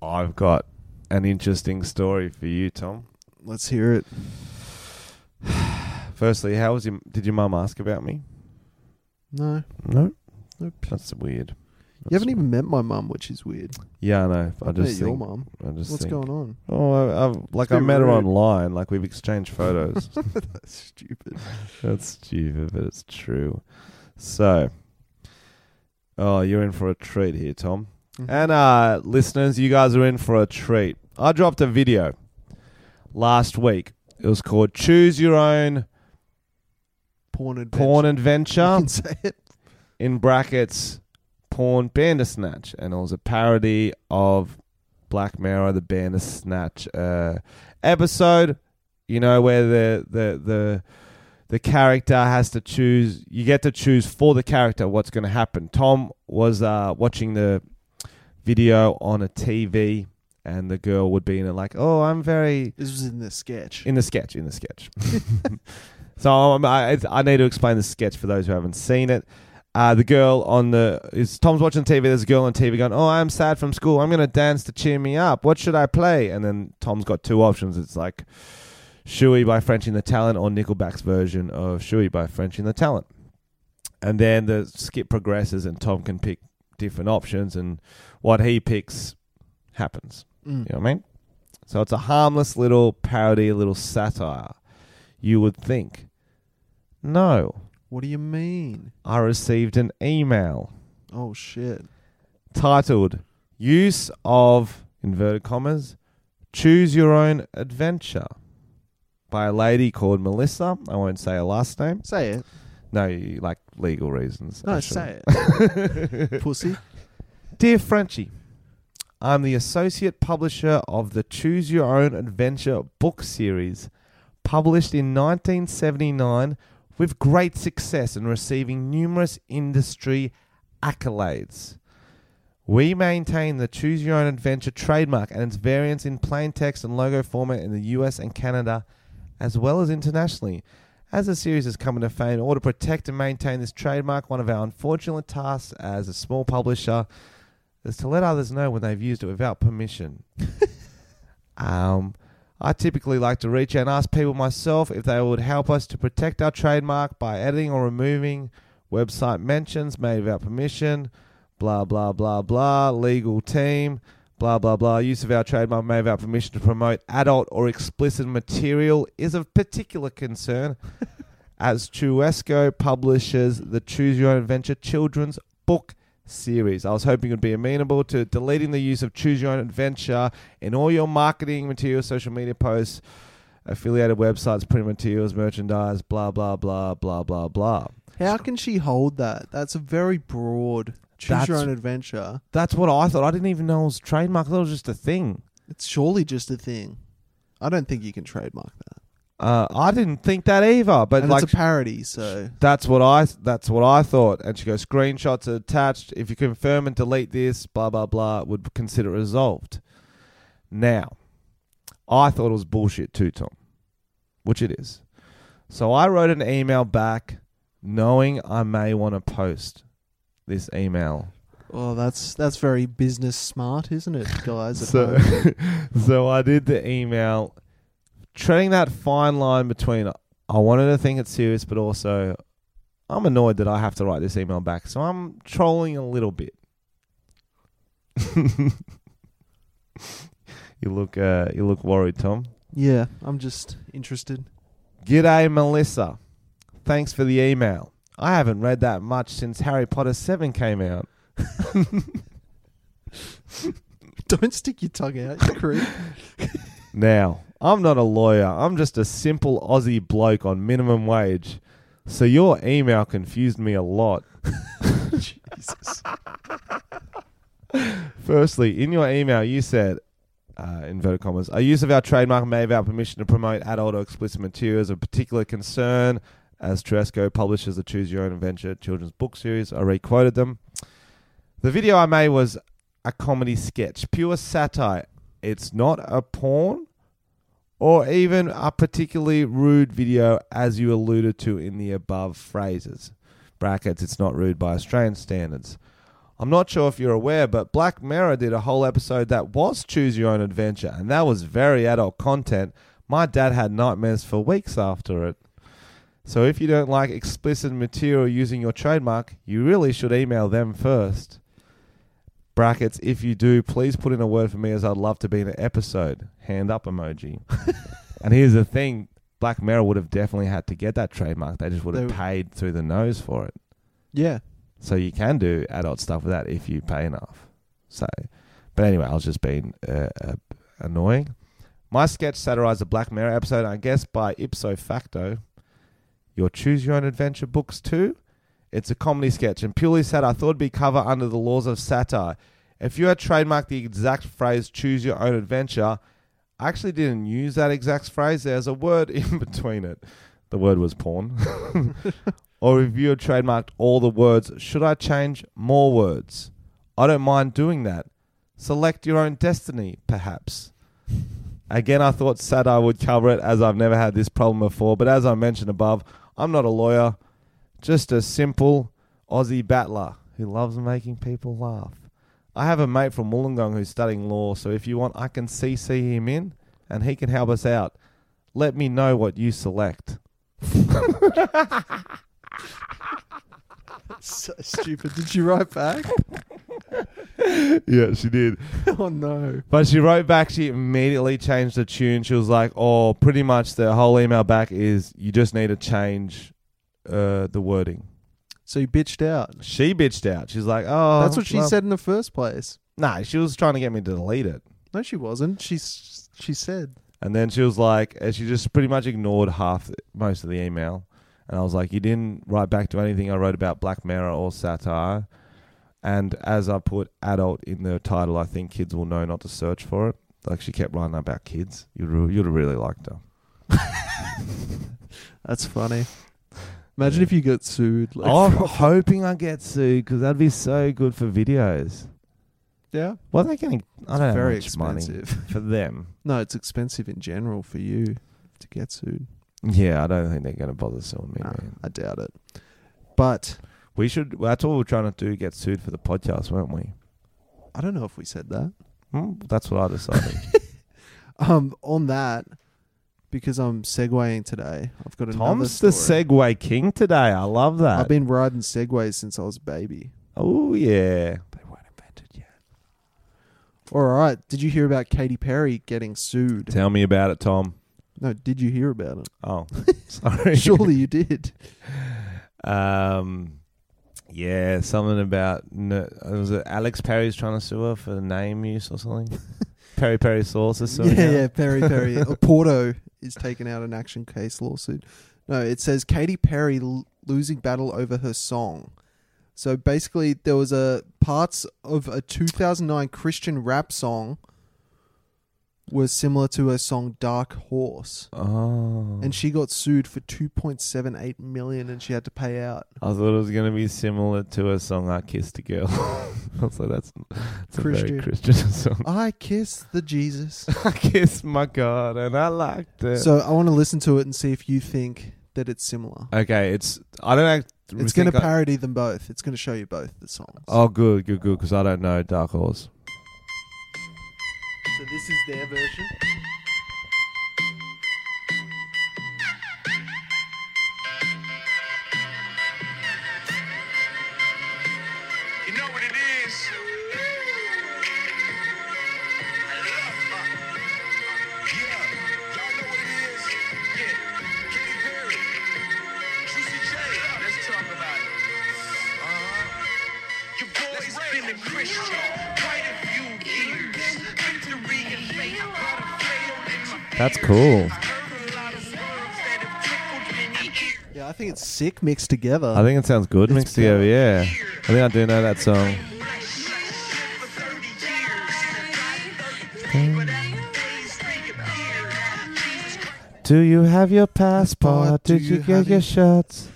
Speaker 2: I've got an interesting story for you, Tom.
Speaker 3: Let's hear it.
Speaker 2: Firstly, how was your? Did your mum ask about me?
Speaker 3: No,
Speaker 2: No,
Speaker 3: nope.
Speaker 2: that's weird.
Speaker 3: You haven't even met my mum, which is weird.
Speaker 2: Yeah, I know. I
Speaker 3: I've
Speaker 2: just
Speaker 3: met your
Speaker 2: think.
Speaker 3: mum.
Speaker 2: I just
Speaker 3: What's
Speaker 2: think.
Speaker 3: going on?
Speaker 2: Oh, I, I've, like I
Speaker 3: Bit
Speaker 2: met her
Speaker 3: rude.
Speaker 2: online. Like we've exchanged photos.
Speaker 3: That's stupid.
Speaker 2: That's stupid, but it's true. So, oh, you're in for a treat here, Tom.
Speaker 3: Mhm.
Speaker 2: And uh, listeners, you guys are in for a treat. I dropped a video last week. It was called Choose Your Own
Speaker 3: Porn adventure.
Speaker 2: Porn
Speaker 3: You
Speaker 2: Adventure,
Speaker 3: can say it.
Speaker 2: in brackets, Porn Bandersnatch. And it was a parody of Black Mirror, the Bandersnatch uh, episode, you know, where the, the, the, the character has to choose you get to choose for the character what's going to happen tom was uh, watching the video on a tv and the girl would be in it like oh i'm very
Speaker 3: This was in the sketch.
Speaker 2: in the sketch in the sketch so um, I, it's- I need to explain the sketch for those who haven't seen it uh, the girl on the is tom's watching tv there's a girl on tv going oh i'm sad from school i'm going to dance to cheer me up what should i play and then tom's got two options it's like Shuey by French in the Talent or Nickelback's version of Shuey by French in the Talent. And then the skip progresses and Tom can pick different options and what he picks happens.
Speaker 3: Mm.
Speaker 2: You know what I mean? So it's a harmless little parody, little satire. You would think. No,
Speaker 3: What do you mean?
Speaker 2: I received an email
Speaker 3: Oh shit.
Speaker 2: titled Use of inverted commas Choose Your Own Adventure by a lady called Melissa. I won't say her last name.
Speaker 3: Say it.
Speaker 2: No, you- like legal reasons.
Speaker 3: No,
Speaker 2: actually.
Speaker 3: say it. Pussy.
Speaker 2: Dear Frenchie, I'm the associate publisher of the Choose Your Own Adventure book series, published in 1979 with great success and receiving numerous industry accolades. We maintain the Choose Your Own Adventure trademark and its variants in plain text and logo format in the US and Canada, as well as internationally. As the series has come into fame, in order to protect and maintain this trademark, one of our unfortunate tasks as a small publisher is to let others know when they've used it without permission. um, I typically like to reach out and ask people myself if they would help us to protect our trademark by editing or removing website mentions made without permission, blah, blah, blah, blah, legal team, blah, blah, blah. Use of our trademark made without permission to promote adult or explicit material is of particular concern as Chuesco publishes the Choose Your Own Adventure children's book series. I was hoping it would be amenable to deleting the use of Choose Your Own Adventure in all your marketing materials, social media posts, affiliated websites, print materials, merchandise, blah, blah, blah, blah, blah, blah.
Speaker 3: How can she hold that? That's a very broad choose your
Speaker 2: That's-
Speaker 3: own adventure.
Speaker 2: That's what I thought. I didn't even know it was trademark. I thought it was just a thing.
Speaker 3: It's surely just a thing. I don't think you can trademark that.
Speaker 2: Uh, I didn't think that either, but
Speaker 3: and
Speaker 2: like
Speaker 3: it's a parody, so
Speaker 2: that's what I that's what I thought. And she goes, screenshots attached. If you confirm and delete this, blah blah blah, would consider it resolved. Now, I thought it was bullshit too, Tom, which it is. So I wrote an email back, knowing I may want to post this email.
Speaker 3: oh, that's that's very business smart, isn't it, guys? at
Speaker 2: So,
Speaker 3: home?
Speaker 2: so I did the email, treading that fine line between I wanted to think it's serious, but also I'm annoyed that I have to write this email back. So I'm trolling a little bit. you look, uh, you look worried, Tom.
Speaker 3: yeah, I'm just interested.
Speaker 2: G'day, Melissa. Thanks for the email. I haven't read that much since Harry Potter 7 came out.
Speaker 3: Don't stick your tongue out, you creep.
Speaker 2: Now, I'm not a lawyer. I'm just a simple Aussie bloke on minimum wage. So your email confused me a lot.
Speaker 3: Jesus.
Speaker 2: Firstly, in your email, you said, uh, inverted commas, a use of our trademark may have our permission to promote adult or explicit materials of particular concern as Tresco publishes the Choose Your Own Adventure children's book series. I requoted them. The video I made was a comedy sketch, pure satire. It's not a porn or even a particularly rude video as you alluded to in the above phrases. Brackets, it's not rude by Australian standards. I'm not sure if you're aware, but Black Mirror did a whole episode that was Choose Your Own Adventure, and that was very adult content. My dad had nightmares for weeks after it. So if you don't like explicit material using your trademark, you really should email them first. Brackets, if you do, please put in a word for me as I'd love to be in an episode. Hand up emoji. and here's the thing Black Mirror would have definitely had to get that trademark. They just would have
Speaker 3: They-
Speaker 2: paid through the nose for it.
Speaker 3: Yeah.
Speaker 2: So you can do adult stuff with that if you pay enough. So, but anyway, I was just being uh, uh, annoying. My sketch satirized a Black Mirror episode, I guess by ipso facto. Your Choose Your Own Adventure books too. It's a comedy sketch and purely sad. I thought it'd be cover under the laws of satire. If you had trademarked the exact phrase "Choose Your Own Adventure," I actually didn't use that exact phrase. There's a word in between it. The word was porn. or if you had trademarked all the words, should I change more words? I don't mind doing that. Select your own destiny, perhaps. Again, I thought satire would cover it as I've never had this problem before, but as I mentioned above, I'm not a lawyer, just a simple Aussie battler who loves making people laugh. I have a mate from Wollongong who's studying law, so if you want, I can CC him in and he can help us out. Let me know what you select.
Speaker 3: So stupid. Did you write back?
Speaker 2: Yeah, she did.
Speaker 3: Oh no.
Speaker 2: But she wrote back, she immediately changed the tune. She was like, oh, pretty much the whole email back is you just need to change uh, the wording.
Speaker 3: So you bitched out.
Speaker 2: She bitched out. She's like, oh.
Speaker 3: That's what she
Speaker 2: well-
Speaker 3: said in the first place.
Speaker 2: Nah, she was trying to get me to delete it.
Speaker 3: No, she wasn't. She s- she said.
Speaker 2: And then she was like, and she just pretty much ignored half, most of the email. And I was like, you didn't write back to anything I wrote about Black Mirror or satire. And as I put adult in the title, I think kids will know not to search for it. Like she kept writing about kids. You'd, re- you'd have really liked her.
Speaker 3: That's funny. Imagine if you got sued. Like,
Speaker 2: Oh, I'm hoping I get sued because that'd be so good for videos.
Speaker 3: yeah.
Speaker 2: What are they getting? I don't know
Speaker 3: very
Speaker 2: much money
Speaker 3: expensive.
Speaker 2: for them.
Speaker 3: No, it's expensive in general for you to get sued.
Speaker 2: Yeah, I don't think they're going to bother suing me.
Speaker 3: Nah,
Speaker 2: Man.
Speaker 3: I doubt it. But
Speaker 2: We should. That's what we're trying to do: get sued for the podcast, weren't we?
Speaker 3: I don't know if we said that.
Speaker 2: Hmm? That's what I decided.
Speaker 3: Um, on that, because I'm segueing today, I've got another
Speaker 2: Tom's the
Speaker 3: story.
Speaker 2: Segway king today. I love that.
Speaker 3: I've been riding segways since I was a baby.
Speaker 2: oh yeah. They weren't invented yet.
Speaker 3: All right. Did you hear about Katy Perry getting sued?
Speaker 2: Tell me about it, Tom.
Speaker 3: No, did you hear about it?
Speaker 2: Oh, sorry.
Speaker 3: Surely you did.
Speaker 2: Um, yeah, something about no, was it Alex Perry's trying to sue her for name use or something? Perry Perry sauce or something.
Speaker 3: yeah, yeah, Perry Perry. Uh, Porto is taking out an action case lawsuit. No, it says Katy Perry l- losing battle over her song. So basically, there was a parts of a 2009 Christian rap song was similar to her song Dark Horse.
Speaker 2: Oh.
Speaker 3: And she got sued for 2.78 million and she had to pay out.
Speaker 2: I thought it was going to be similar to a song I kissed a girl. I was like, that's, that's a very
Speaker 3: Christian.
Speaker 2: Christian song.
Speaker 3: I kissed the Jesus.
Speaker 2: I kissed my God and I liked it.
Speaker 3: so I want to listen to it and see if you think that it's similar.
Speaker 2: okay, it's I don't act.
Speaker 3: It's going to
Speaker 2: think I-
Speaker 3: parody them both. It's going to show you both the songs.
Speaker 2: Oh, good, good, good. Because I don't know Dark Horse.
Speaker 3: So this is their version.
Speaker 4: You know what it is? Yeah, y'all know what it is? Yeah, Katy Perry, Juicy J. Let's talk about it. Uh-huh. Your boy's been a Christian quite a few years. Victory and faith brought a flail in my
Speaker 2: That's cool.
Speaker 4: I heard a lot of words that have tickled many ears.
Speaker 3: Yeah, I think it's sick mixed together.
Speaker 2: I think it sounds good mixed together. Yeah, I think I do know that song. Do you have your passport?
Speaker 3: Do
Speaker 2: Did
Speaker 3: you
Speaker 2: you get
Speaker 3: have
Speaker 2: your
Speaker 3: your-
Speaker 2: shots?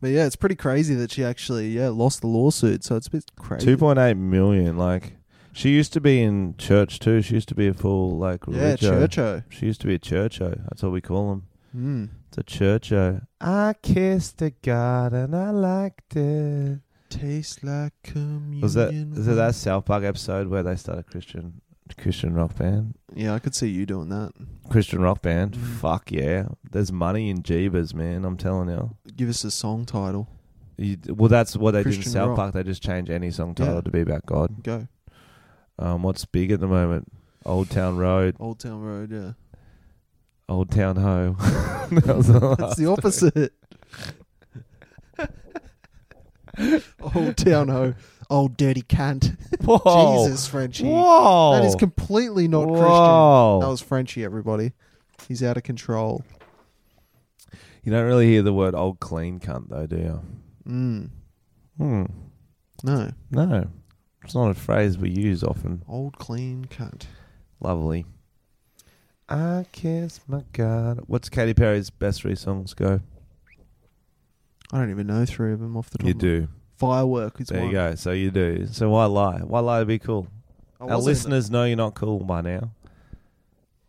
Speaker 3: but yeah, it's pretty crazy that she actually yeah lost the lawsuit. So it's a bit crazy.
Speaker 2: Two point eight million. Like she used to be in church too. She used to be a full like
Speaker 3: yeah,
Speaker 2: religo.
Speaker 3: Churcho.
Speaker 2: She used to be a churcho. That's what we call them.
Speaker 3: Mm.
Speaker 2: It's a churcho. I kissed the God and I liked it.
Speaker 3: Tastes like communion.
Speaker 2: Was that is it that South Park episode where they start a Christian Christian rock band?
Speaker 3: Yeah, I could see you doing that.
Speaker 2: Christian rock band.
Speaker 3: Mm.
Speaker 2: Fuck yeah. There's money in Jeebus, man. I'm telling you.
Speaker 3: Give us a song title.
Speaker 2: you well, that's what they did in
Speaker 3: Christian
Speaker 2: South
Speaker 3: rock.
Speaker 2: Park. They just change any song
Speaker 3: Yeah.
Speaker 2: title to be about God.
Speaker 3: Go.
Speaker 2: Um, what's big at the moment? Old Town Road,
Speaker 3: Old Town Road. Yeah,
Speaker 2: Old Town Ho. that was the
Speaker 3: that's
Speaker 2: last
Speaker 3: the opposite. Old Town Ho. Old dirty cunt.
Speaker 2: Whoa.
Speaker 3: Jesus, Frenchie.
Speaker 2: Oh. Whoa.
Speaker 3: That is completely not
Speaker 2: Whoa.
Speaker 3: Christian. That was Frenchie, everybody. He's out of control.
Speaker 2: You don't really hear the word old clean cunt though, do you?
Speaker 3: Mm.
Speaker 2: Hmm.
Speaker 3: No.
Speaker 2: No. It's not a phrase we use often.
Speaker 3: Old clean cunt.
Speaker 2: Lovely. I kiss my God. What's Katy Perry's best three songs go?
Speaker 3: I don't even know three of them off the top.
Speaker 2: You
Speaker 3: of my-
Speaker 2: do.
Speaker 3: Firework is
Speaker 2: There
Speaker 3: one.
Speaker 2: you go. So you do. So why lie? Why lie to be cool?
Speaker 3: I
Speaker 2: Our
Speaker 3: wasn't-
Speaker 2: listeners know you're not cool by now.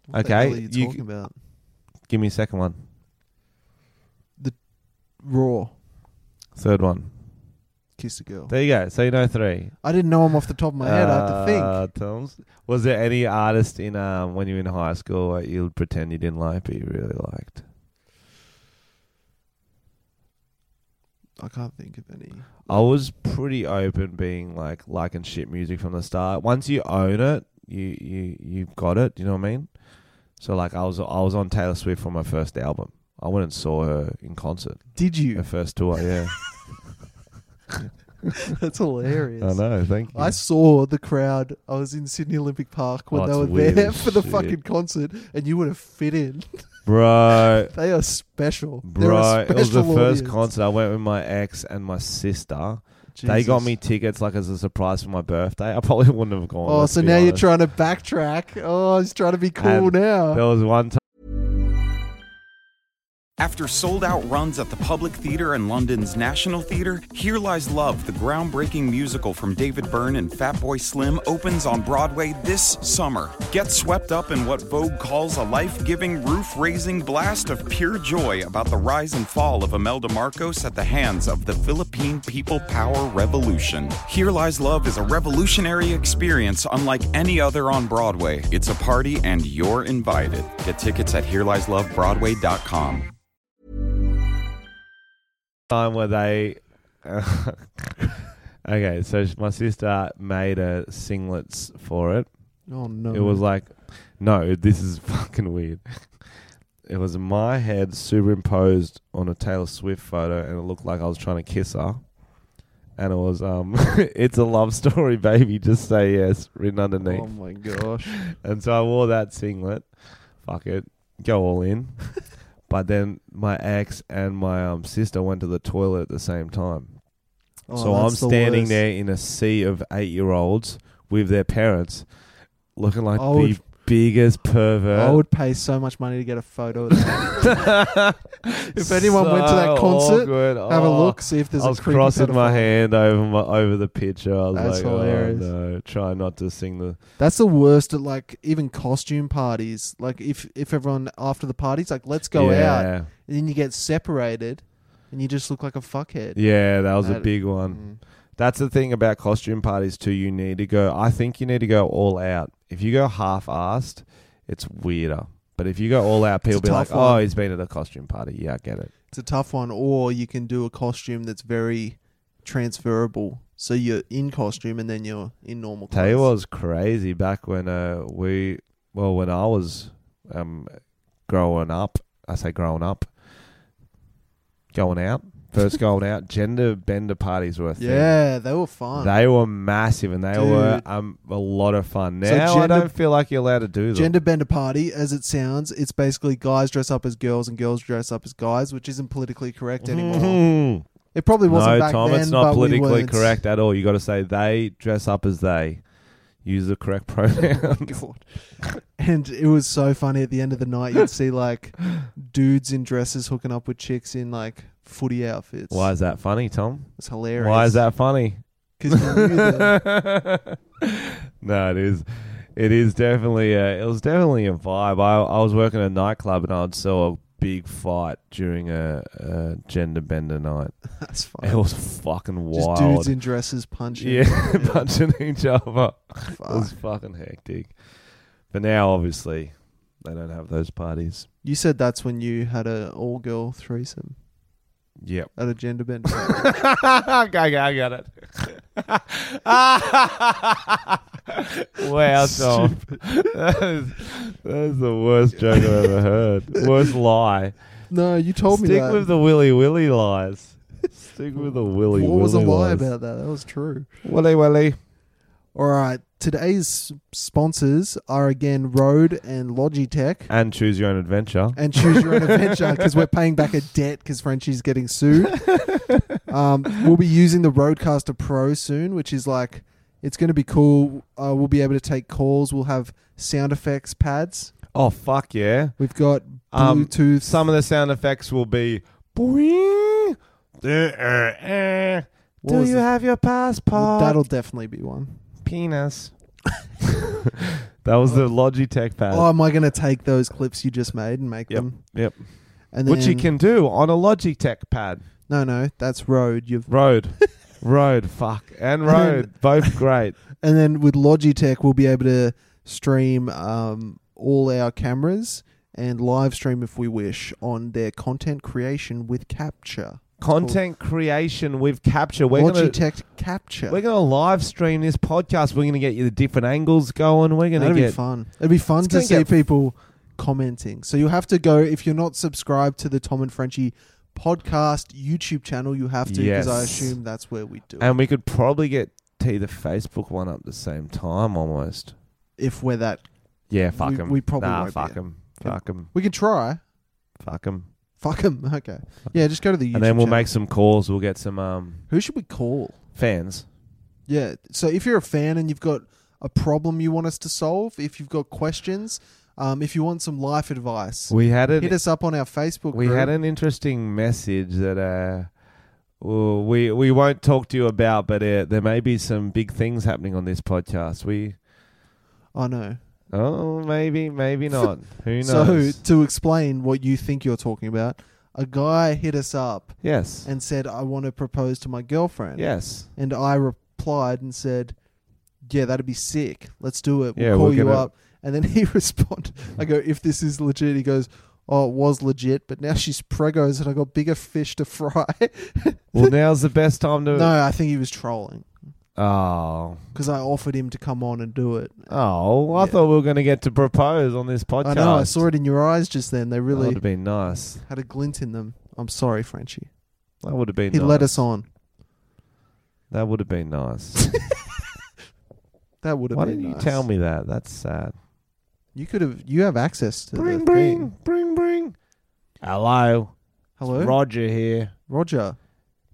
Speaker 3: What the
Speaker 2: okay,
Speaker 3: hell are you,
Speaker 2: you-
Speaker 3: talking about?
Speaker 2: Give me a second one.
Speaker 3: Raw.
Speaker 2: Third one.
Speaker 3: Kiss a girl.
Speaker 2: There you go. So you know three.
Speaker 3: I didn't know them off the top of my head. I had to
Speaker 2: Uh, Tom's. Was there any artist in um, when you were in high school that you pretend you didn't like but you really liked?
Speaker 3: think. I can't think of any.
Speaker 2: I was pretty open being like liking shit music from the start. Once you own it, you you you've got it. You know what I mean? So like I was I was on Taylor Swift for my first album. I went and saw her in concert.
Speaker 3: Did
Speaker 2: Her
Speaker 3: you?
Speaker 2: first tour, yeah.
Speaker 3: That's hilarious.
Speaker 2: I know. Thank you.
Speaker 3: I saw the crowd. I was in Sydney Olympic Park when
Speaker 2: Oh,
Speaker 3: they
Speaker 2: it's
Speaker 3: were
Speaker 2: weird
Speaker 3: there
Speaker 2: as
Speaker 3: for the
Speaker 2: shit.
Speaker 3: fucking concert, and you would have fit in.
Speaker 2: bro.
Speaker 3: They are special. They're
Speaker 2: Bro,
Speaker 3: a
Speaker 2: it was the
Speaker 3: special
Speaker 2: first
Speaker 3: audience.
Speaker 2: concert I went with my ex and my sister. They
Speaker 3: Jesus.
Speaker 2: got me tickets like as a surprise for my birthday. I probably wouldn't have gone.
Speaker 3: Oh,
Speaker 2: let's
Speaker 3: so
Speaker 2: be
Speaker 3: now you're
Speaker 2: honest.
Speaker 3: trying to backtrack. Oh, he's trying to be cool
Speaker 2: And
Speaker 3: now.
Speaker 2: There was one time.
Speaker 1: After sold out runs at the Public Theatre and London's National Theatre, Here Lies Love, the groundbreaking musical from David Byrne and Fatboy Slim, opens on Broadway this summer. Get swept up in what Vogue calls a life giving, roof raising blast of pure joy about the rise and fall of Imelda Marcos at the hands of the Philippine People Power Revolution. Here Lies Love is a revolutionary experience unlike any other on Broadway. It's a party, and you're invited. Get tickets at HereLiesLoveBroadway.com.
Speaker 2: time where they. okay, so sh- my sister made a singlets for it.
Speaker 3: Oh no.
Speaker 2: It was like, no, this is fucking weird. It was my head superimposed on a Taylor Swift photo, and it looked like I was trying to kiss her. And it was, um, it's a love story, baby. Just say yes, written underneath.
Speaker 3: Oh my gosh.
Speaker 2: And so I wore that singlet. Fuck it, go all in. but then my ex and my um, sister went to the toilet at the same time.
Speaker 3: Oh,
Speaker 2: so I'm
Speaker 3: that's the
Speaker 2: standing
Speaker 3: worst.
Speaker 2: there in a sea of eight year olds with their parents, looking like
Speaker 3: I would-
Speaker 2: the biggest pervert.
Speaker 3: I would pay so much money to get a photo. Of that. if anyone went to that
Speaker 2: So
Speaker 3: concert,
Speaker 2: awkward.
Speaker 3: have a
Speaker 2: Oh.
Speaker 3: look, see if there's
Speaker 2: I
Speaker 3: a
Speaker 2: was
Speaker 3: creepy
Speaker 2: crossing my
Speaker 3: pedophile.
Speaker 2: hand over my over the picture. I was
Speaker 3: That's
Speaker 2: like,
Speaker 3: hilarious.
Speaker 2: oh no, try not to sing the.
Speaker 3: That's the worst at like even costume parties. Like if if everyone after the party's like, let's go out,
Speaker 2: yeah.
Speaker 3: and then you get separated, and you just look like a fuckhead.
Speaker 2: Yeah, that was a
Speaker 3: That- mm.
Speaker 2: big one. That's the thing about costume parties too. You need to go. I think you need to go all out. If you go half-assed, it's weirder. But if you go all out, people
Speaker 3: a
Speaker 2: be like,
Speaker 3: tough one.
Speaker 2: "Oh, he's been at a costume party." Yeah, I get it.
Speaker 3: It's a tough one. Or you can do a costume that's very transferable. So you're in costume and then you're in normal clothes.
Speaker 2: Tell you what was crazy back when uh, we, well, when I was um, growing up, I say growing up, going out, first going out, gender bender parties were a thing.
Speaker 3: Yeah, they were fun.
Speaker 2: They were massive and they were
Speaker 3: Dude.
Speaker 2: um, a lot of fun.
Speaker 3: So
Speaker 2: Now I
Speaker 3: gender-
Speaker 2: don't feel like you're allowed to do them.
Speaker 3: Gender bender party, as it sounds, it's basically guys dress up as girls and girls dress up as guys, which isn't politically correct anymore.
Speaker 2: Mm.
Speaker 3: It probably wasn't
Speaker 2: No,
Speaker 3: back
Speaker 2: Tom,
Speaker 3: then,
Speaker 2: it's not
Speaker 3: but we
Speaker 2: politically
Speaker 3: weren't.
Speaker 2: correct at all. You got to say they dress up as they. Use the correct pronoun.
Speaker 3: God. And it was so funny at the end of the night. You'd see like dudes in dresses hooking up with chicks in like footy outfits.
Speaker 2: Why is that funny, Tom?
Speaker 3: It's hilarious.
Speaker 2: Why is that funny?
Speaker 3: Because
Speaker 2: no, it is. It is definitely. A, it was definitely a vibe. I, I was working at a nightclub and I would saw a big fight during a, a gender bender night.
Speaker 3: that's
Speaker 2: It
Speaker 3: fine.
Speaker 2: was fucking
Speaker 3: Just
Speaker 2: wild.
Speaker 3: dudes in dresses punching.
Speaker 2: yeah, punching each other. It
Speaker 3: Fuck.
Speaker 2: was fucking hectic. But now, obviously, they don't have those parties.
Speaker 3: You said that's when you had a all girl threesome
Speaker 2: Yep.
Speaker 3: at a gender bend.
Speaker 2: okay, I got it. wow, Tom. That is, that is the worst joke I've ever heard. Worst lie.
Speaker 3: no, you told me
Speaker 2: Stick
Speaker 3: that.
Speaker 2: with the Willy Willy lies. Stick with the Willy Willy
Speaker 3: what was a lie
Speaker 2: lies.
Speaker 3: about that? That was true.
Speaker 2: Willy Willy.
Speaker 3: All right. Today's sponsors are again Road and Logitech.
Speaker 2: And choose your own adventure.
Speaker 3: and choose your own adventure because we're paying back a debt because Frenchie's getting sued. um, we'll be using the Roadcaster Pro soon, which is like it's going to be cool. Uh, we'll be able to take calls. We'll have sound effects pads.
Speaker 2: Oh, fuck yeah.
Speaker 3: We've got
Speaker 2: Um,
Speaker 3: Bluetooth.
Speaker 2: Some of the sound effects will be boing. uh, uh, uh.
Speaker 3: What
Speaker 2: Do
Speaker 3: was
Speaker 2: you
Speaker 3: the-
Speaker 2: have your
Speaker 3: Well,
Speaker 2: passport?
Speaker 3: that'll definitely be one.
Speaker 2: penis. that was the Logitech pad.
Speaker 3: Oh, am I going to take those clips you just made and make
Speaker 2: Uh, Yep.
Speaker 3: them?
Speaker 2: yep.
Speaker 3: And
Speaker 2: Which you
Speaker 3: then-
Speaker 2: can do on a Logitech pad.
Speaker 3: No, no, that's Road. You've
Speaker 2: Road. road. Fuck. And road. Both great.
Speaker 3: and then with Logitech, we'll be able to stream um, all our cameras and live stream if we wish on their content creation with Capture.
Speaker 2: Content creation with capture. We're gonna
Speaker 3: Logitech Capture.
Speaker 2: we're gonna live stream this podcast. We're gonna get you the different angles going. We're gonna
Speaker 3: That'd
Speaker 2: get
Speaker 3: be fun. It'd be fun
Speaker 2: It's
Speaker 3: to
Speaker 2: gonna
Speaker 3: see
Speaker 2: get-
Speaker 3: people commenting. So you'll have to go if you're not subscribed to the Tom and Frenchie podcast YouTube channel. You have to because I
Speaker 2: Yes.
Speaker 3: assume that's where we do it
Speaker 2: and we could probably get T the Facebook one up the same time almost.
Speaker 3: if we're that.
Speaker 2: Yeah, fuck
Speaker 3: We-
Speaker 2: him.
Speaker 3: we probably
Speaker 2: nah,
Speaker 3: won't be
Speaker 2: fuck
Speaker 3: it.
Speaker 2: him. Fuck him.
Speaker 3: We could try.
Speaker 2: Fuck him.
Speaker 3: Fuck them. Okay. Yeah, just go to the YouTube.
Speaker 2: And then we'll
Speaker 3: channel.
Speaker 2: make some calls. We'll get some um,
Speaker 3: Who should we call?
Speaker 2: fans.
Speaker 3: Yeah. So if you're a fan and you've got a problem you want us to solve, if you've got questions, um, if you want some life advice,
Speaker 2: We had
Speaker 3: hit
Speaker 2: an
Speaker 3: us up on our Facebook.
Speaker 2: we
Speaker 3: group.
Speaker 2: had an interesting message that uh, well, we we won't talk to you about, but uh, there may be some big things happening on this podcast. We
Speaker 3: I know.
Speaker 2: oh maybe maybe not. Who knows?
Speaker 3: So to explain what you think you're talking about, a guy hit us up
Speaker 2: yes,
Speaker 3: and said, "I want to propose to my girlfriend."
Speaker 2: yes,
Speaker 3: And I replied and said, "Yeah, that'd be sick. Let's do it. We'll
Speaker 2: Yeah,
Speaker 3: call
Speaker 2: we're
Speaker 3: you
Speaker 2: gonna-
Speaker 3: up." And then he responded, "I go, if this is legit," he goes. Oh, it was legit, but now she's pregos and I got bigger fish to fry.
Speaker 2: well, now's the best time to.
Speaker 3: no, I think he was trolling.
Speaker 2: Oh,
Speaker 3: because I offered him to come on and do it.
Speaker 2: oh! I
Speaker 3: Yeah.
Speaker 2: thought we were going to get to propose on this podcast.
Speaker 3: I know. I saw it in your eyes just then. They
Speaker 2: That
Speaker 3: really
Speaker 2: would have been nice.
Speaker 3: had a glint in them. I'm sorry, Frenchie.
Speaker 2: That would have been.
Speaker 3: He
Speaker 2: nice.
Speaker 3: let us on.
Speaker 2: That would have been nice.
Speaker 3: That would have.
Speaker 2: Why
Speaker 3: been
Speaker 2: didn't you
Speaker 3: nice.
Speaker 2: tell me that? That's sad.
Speaker 3: You could have. You have access to.
Speaker 2: Bring,
Speaker 3: the
Speaker 2: bring,
Speaker 3: thing.
Speaker 2: bring, bring. Hello,
Speaker 3: Hello,
Speaker 2: Roger here.
Speaker 3: Roger.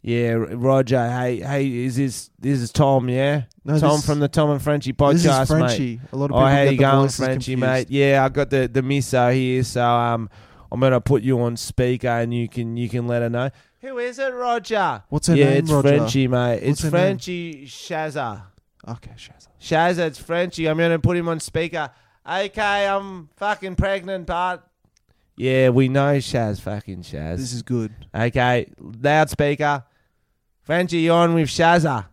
Speaker 2: Yeah, R- Roger. Hey, hey, is this this is Tom? Yeah,
Speaker 3: No,
Speaker 2: Tom
Speaker 3: this-
Speaker 2: from the Tom and Frenchie podcast,
Speaker 3: this is
Speaker 2: mate.
Speaker 3: Frenchie. A lot of people
Speaker 2: oh, how
Speaker 3: get
Speaker 2: you
Speaker 3: the
Speaker 2: going,
Speaker 3: voices
Speaker 2: Frenchie, mate?
Speaker 3: confused.
Speaker 2: Yeah, I got the the miso here, so um, I'm gonna put you on speaker, and you can you can let her know who is it, Roger.
Speaker 3: What's her
Speaker 2: yeah,
Speaker 3: name,
Speaker 2: it's
Speaker 3: Roger?
Speaker 2: Frenchie, mate.
Speaker 3: What's
Speaker 2: It's
Speaker 3: her name?
Speaker 2: Frenchie Shazza.
Speaker 3: Okay, Shazza.
Speaker 2: Shazza, it's Frenchie. I'm gonna put him on speaker. Okay, I'm fucking pregnant, but yeah, we know Shaz, fucking Shaz.
Speaker 3: This is good.
Speaker 2: okay, loudspeaker. Frenchie, you're on with Shazza.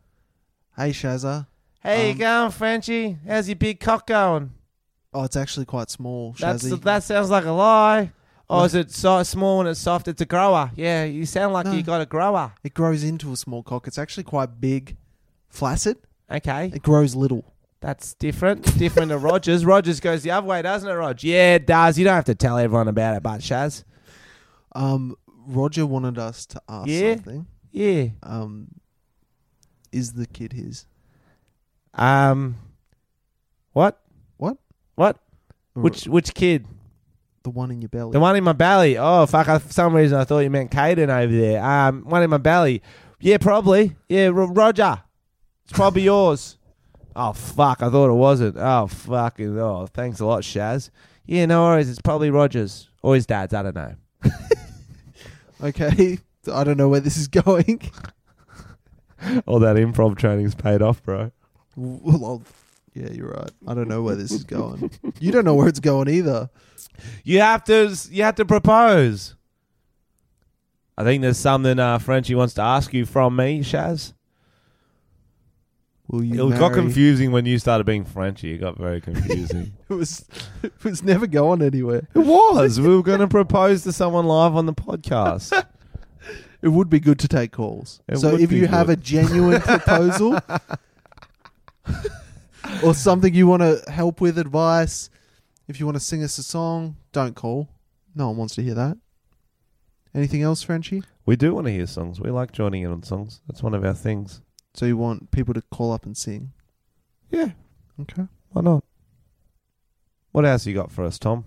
Speaker 3: Hey, Shazza.
Speaker 2: How you
Speaker 3: Um,
Speaker 2: going, Frenchie? How's your big cock going?
Speaker 3: Oh, it's actually quite small.
Speaker 2: That's
Speaker 3: Shazza.
Speaker 2: that sounds like a lie. Oh,
Speaker 3: No.
Speaker 2: is it so small and it's soft? It's a grower. Yeah, you sound like
Speaker 3: No.
Speaker 2: you got a grower.
Speaker 3: It grows into a small cock. It's actually quite big, flaccid.
Speaker 2: Okay,
Speaker 3: It grows little.
Speaker 2: that's different. Different to Rogers. Rogers goes the other way, doesn't it, Rog? Yeah, it does. You don't have to tell everyone about it, but Shaz.
Speaker 3: Um, Roger wanted us to ask
Speaker 2: Yeah?
Speaker 3: something.
Speaker 2: Yeah.
Speaker 3: Um, is the kid his? Uh,
Speaker 2: Um, what?
Speaker 3: What?
Speaker 2: What?
Speaker 3: Or
Speaker 2: Which which kid?
Speaker 3: the one in your belly?
Speaker 2: The one in my belly. Oh fuck! I, for some reason, I thought you meant Caden over there. Um, one in my belly. Yeah, probably. Yeah, Ro- Roger. It's probably yours. Oh fuck! I thought it wasn't. Oh fucking! Oh, thanks a lot, Shaz. Yeah, no worries. It's probably Rogers or his dad's. I don't know.
Speaker 3: Okay, I don't know where this is going.
Speaker 2: All that improv training's paid off, bro.
Speaker 3: well, I'll- yeah, you're right. I don't know where this is going. You don't know where it's going either.
Speaker 2: You have to. You have to propose. I think there's something uh, Frenchie wants to ask you from me, Shaz.
Speaker 3: Will
Speaker 2: It
Speaker 3: you?
Speaker 2: got
Speaker 3: marry-
Speaker 2: confusing when you started being Frenchy. It got very confusing.
Speaker 3: It was, it was never going anywhere.
Speaker 2: It was. we were going to propose to someone live on the podcast.
Speaker 3: It would be good to take calls.
Speaker 2: It
Speaker 3: so
Speaker 2: would
Speaker 3: if
Speaker 2: be
Speaker 3: you have a
Speaker 2: good.
Speaker 3: genuine proposal or something you want to help with, advice, if you want to sing us a song, don't call. No one wants to hear that. Anything else, Frenchie?
Speaker 2: we do want to hear songs. We like joining in on songs. That's one of our things.
Speaker 3: So you want people to call up and sing?
Speaker 2: Yeah,
Speaker 3: Okay.
Speaker 2: why not? What else you got for us, Tom?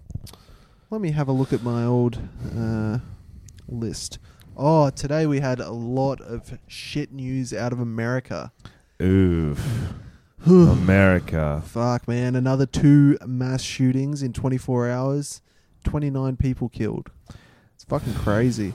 Speaker 3: Let me have a look at my old uh, list. Oh, today we had a lot of shit news out of America.
Speaker 2: Oof. America.
Speaker 3: Fuck, man. Another two mass shootings in 24 hours. 29 people killed. It's fucking crazy.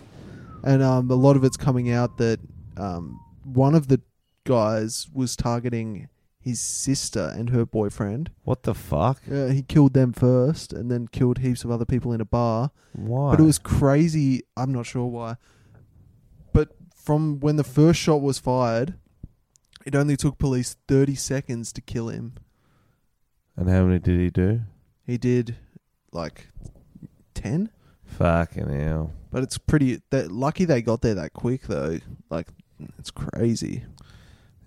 Speaker 3: And um, a lot of it's coming out that um, one of the guys was targeting his sister and her boyfriend.
Speaker 2: What the fuck?
Speaker 3: Uh, he killed them first and then killed heaps of other people in a bar.
Speaker 2: Why?
Speaker 3: But it was crazy. I'm not sure why. But from when the first shot was fired, it only took police 30 seconds to kill him.
Speaker 2: and how many did he do?
Speaker 3: He did like 10,
Speaker 2: Fucking hell.
Speaker 3: but it's pretty that lucky they got there that quick though. Like it's crazy.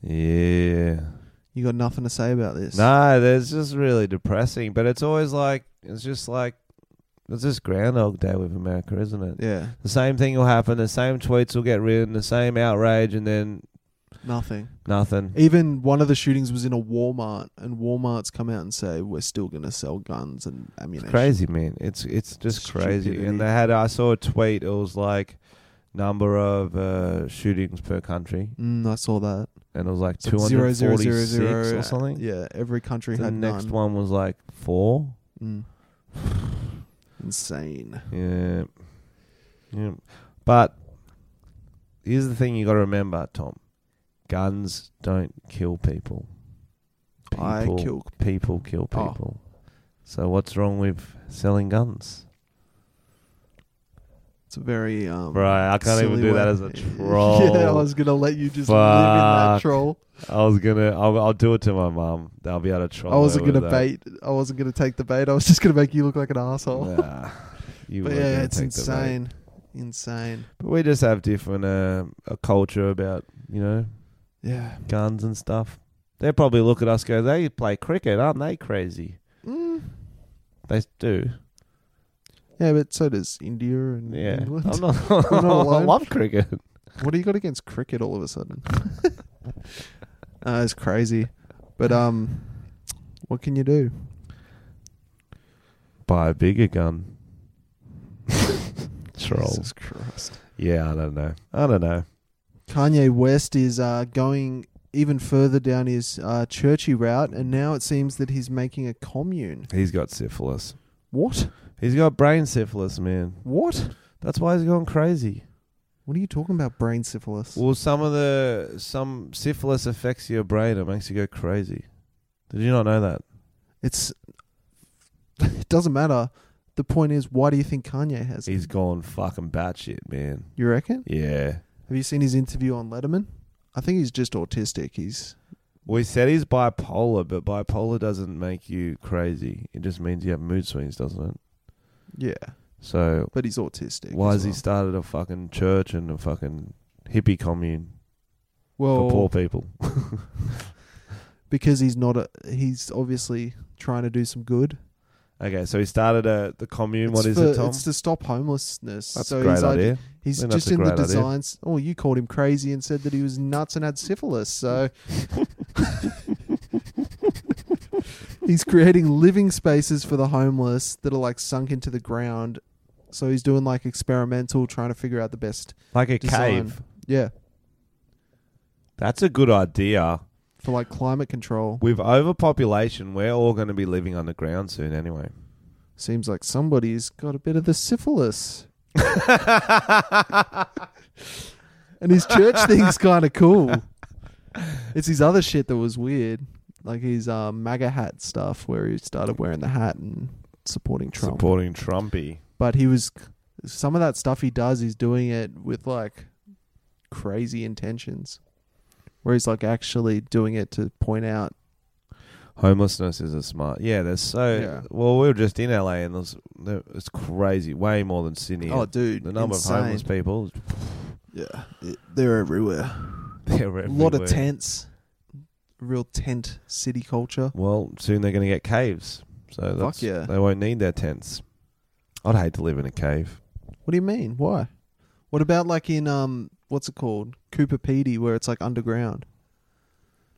Speaker 2: Yeah.
Speaker 3: You got nothing to say about this.
Speaker 2: No, that's just really depressing. But it's always like, it's just like, it's just Groundhog Day with America, isn't it?
Speaker 3: Yeah,
Speaker 2: The same thing will happen. The same tweets will get written. The same outrage, and then
Speaker 3: nothing.
Speaker 2: nothing.
Speaker 3: Even one of the shootings was in a Walmart and Walmart's come out and say we're still going to sell guns and ammunition.
Speaker 2: It's crazy, man. It's it's just crazy.
Speaker 3: Stupidity.
Speaker 2: And they had. I saw a tweet. It was like number of uh, shootings per country,
Speaker 3: Mm, I saw that.
Speaker 2: and it was like
Speaker 3: It's
Speaker 2: two
Speaker 3: like zero,
Speaker 2: hundred
Speaker 3: zero,
Speaker 2: forty
Speaker 3: zero,
Speaker 2: six
Speaker 3: zero.
Speaker 2: or something.
Speaker 3: Yeah, every country
Speaker 2: The
Speaker 3: had
Speaker 2: next
Speaker 3: none.
Speaker 2: one was like four.
Speaker 3: Mm. Insane.
Speaker 2: Yeah, yeah. But here's the thing: you got to remember, Tom. Guns don't kill people.
Speaker 3: I
Speaker 2: People-
Speaker 3: kill.
Speaker 2: people kill
Speaker 3: Oh.
Speaker 2: people. So what's wrong with selling guns?
Speaker 3: It's a very um.
Speaker 2: Right, I can't even
Speaker 3: silly
Speaker 2: do that
Speaker 3: way-
Speaker 2: as a troll.
Speaker 3: yeah, I was gonna let you just live in that
Speaker 2: Fuck.
Speaker 3: troll.
Speaker 2: I was gonna, I'll, I'll do it to my mum. I'll be able to troll.
Speaker 3: I wasn't
Speaker 2: her with
Speaker 3: gonna
Speaker 2: that.
Speaker 3: bait. I wasn't gonna take the bait. I was just gonna make you look like an asshole.
Speaker 2: Nah, you
Speaker 3: but
Speaker 2: were
Speaker 3: yeah,
Speaker 2: gonna
Speaker 3: it's
Speaker 2: take the bait.
Speaker 3: insane. Insane.
Speaker 2: But we just have different uh, a culture about you know
Speaker 3: Yeah.
Speaker 2: guns and stuff. They probably look at us go, they play cricket, aren't they crazy?
Speaker 3: Mm.
Speaker 2: They do.
Speaker 3: Yeah, but so does India and
Speaker 2: Yeah,
Speaker 3: England.
Speaker 2: I'm not.
Speaker 3: not
Speaker 2: I
Speaker 3: alone.
Speaker 2: love cricket.
Speaker 3: What do you got against cricket all of a sudden? uh, it's crazy. But um, what can you do?
Speaker 2: Buy a bigger gun. Trolls.
Speaker 3: Jesus Christ.
Speaker 2: Yeah, I don't know. I don't know.
Speaker 3: Kanye West is uh, going even further down his uh, churchy route, and now it seems that he's making a commune.
Speaker 2: He's got syphilis.
Speaker 3: What?
Speaker 2: He's got brain syphilis, man.
Speaker 3: What?
Speaker 2: That's why he's gone crazy.
Speaker 3: What are you talking about? Brain syphilis?
Speaker 2: Well, some of the some syphilis affects your brain. It makes you go crazy. Did you not know that?
Speaker 3: It's it doesn't matter. The point is, why do you think Kanye has it?
Speaker 2: He's gone fucking batshit, man.
Speaker 3: You reckon?
Speaker 2: Yeah.
Speaker 3: Have you seen his interview on Letterman? I think he's just autistic. He's
Speaker 2: We said he's bipolar, but bipolar doesn't make you crazy. It just means you have mood swings, doesn't it?
Speaker 3: yeah,
Speaker 2: So
Speaker 3: but he's autistic.
Speaker 2: why
Speaker 3: as
Speaker 2: has he
Speaker 3: well.
Speaker 2: started a fucking church and a fucking hippie commune
Speaker 3: well,
Speaker 2: for poor people?
Speaker 3: because he's not a. He's obviously trying to do some good.
Speaker 2: Okay, so he started a the commune. what
Speaker 3: It's
Speaker 2: is
Speaker 3: for-
Speaker 2: it, Tom?
Speaker 3: It's to stop homelessness.
Speaker 2: That's
Speaker 3: so
Speaker 2: a great
Speaker 3: he's like,
Speaker 2: idea.
Speaker 3: He's
Speaker 2: Then that's
Speaker 3: just
Speaker 2: a
Speaker 3: in the
Speaker 2: great idea.
Speaker 3: designs. Oh, you called him crazy and said that he was nuts and had syphilis. So he's creating living spaces for the homeless that are like sunk into the ground. So he's doing like experimental, trying to figure out the best
Speaker 2: like a
Speaker 3: design.
Speaker 2: cave.
Speaker 3: Yeah,
Speaker 2: That's a good idea.
Speaker 3: for like climate control.
Speaker 2: With overpopulation, we're all going to be living underground soon anyway.
Speaker 3: Seems like somebody's got a bit of the syphilis. and his church thing's kind of cool. It's his other shit that was weird, like his uh, MAGA hat stuff, where he started wearing the hat and supporting Trump.
Speaker 2: Supporting Trumpy.
Speaker 3: But he was some of that stuff he does. He's doing it with like crazy intentions, where he's like actually doing it to point out.
Speaker 2: Homelessness is a smart. Yeah, there's so.
Speaker 3: Yeah.
Speaker 2: Well, we were just in LA and there's there, it's crazy. Way more than Sydney.
Speaker 3: Oh, dude,
Speaker 2: the number
Speaker 3: insane.
Speaker 2: of homeless people.
Speaker 3: Yeah, it- they're everywhere.
Speaker 2: They're
Speaker 3: A lot of
Speaker 2: everywhere.
Speaker 3: tents. Real tent city culture.
Speaker 2: Well, soon they're going to get caves. So that's,
Speaker 3: yeah.
Speaker 2: they won't need their tents. I'd hate to live in a cave.
Speaker 3: What do you mean? Why? What about like in um what's it called? Cooper Pedy where it's like underground.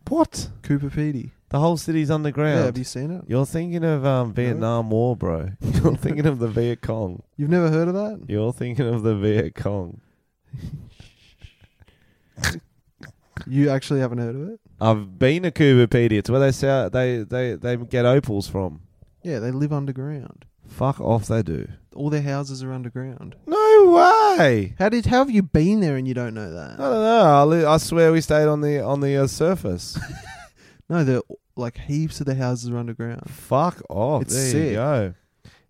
Speaker 2: What?
Speaker 3: Cooper Pedy.
Speaker 2: The whole city's underground.
Speaker 3: Yeah, have you seen it?
Speaker 2: You're thinking of um, Vietnam War, bro. You're thinking of the Viet Cong.
Speaker 3: You've never heard of that?
Speaker 2: You're thinking of the Viet Cong.
Speaker 3: You actually haven't heard of it?
Speaker 2: I've been to Cubapedia. It's where they sell they they they get opals from.
Speaker 3: Yeah, they live underground.
Speaker 2: Fuck off, they do.
Speaker 3: All their houses are underground.
Speaker 2: No way.
Speaker 3: How did how have you been there and you don't know
Speaker 2: I
Speaker 3: that?
Speaker 2: don't know. I, li- I swear we stayed on the on the uh, surface.
Speaker 3: No, they're like heaps of the houses are underground.
Speaker 2: Fuck off.
Speaker 3: It's
Speaker 2: there
Speaker 3: sick.
Speaker 2: you go.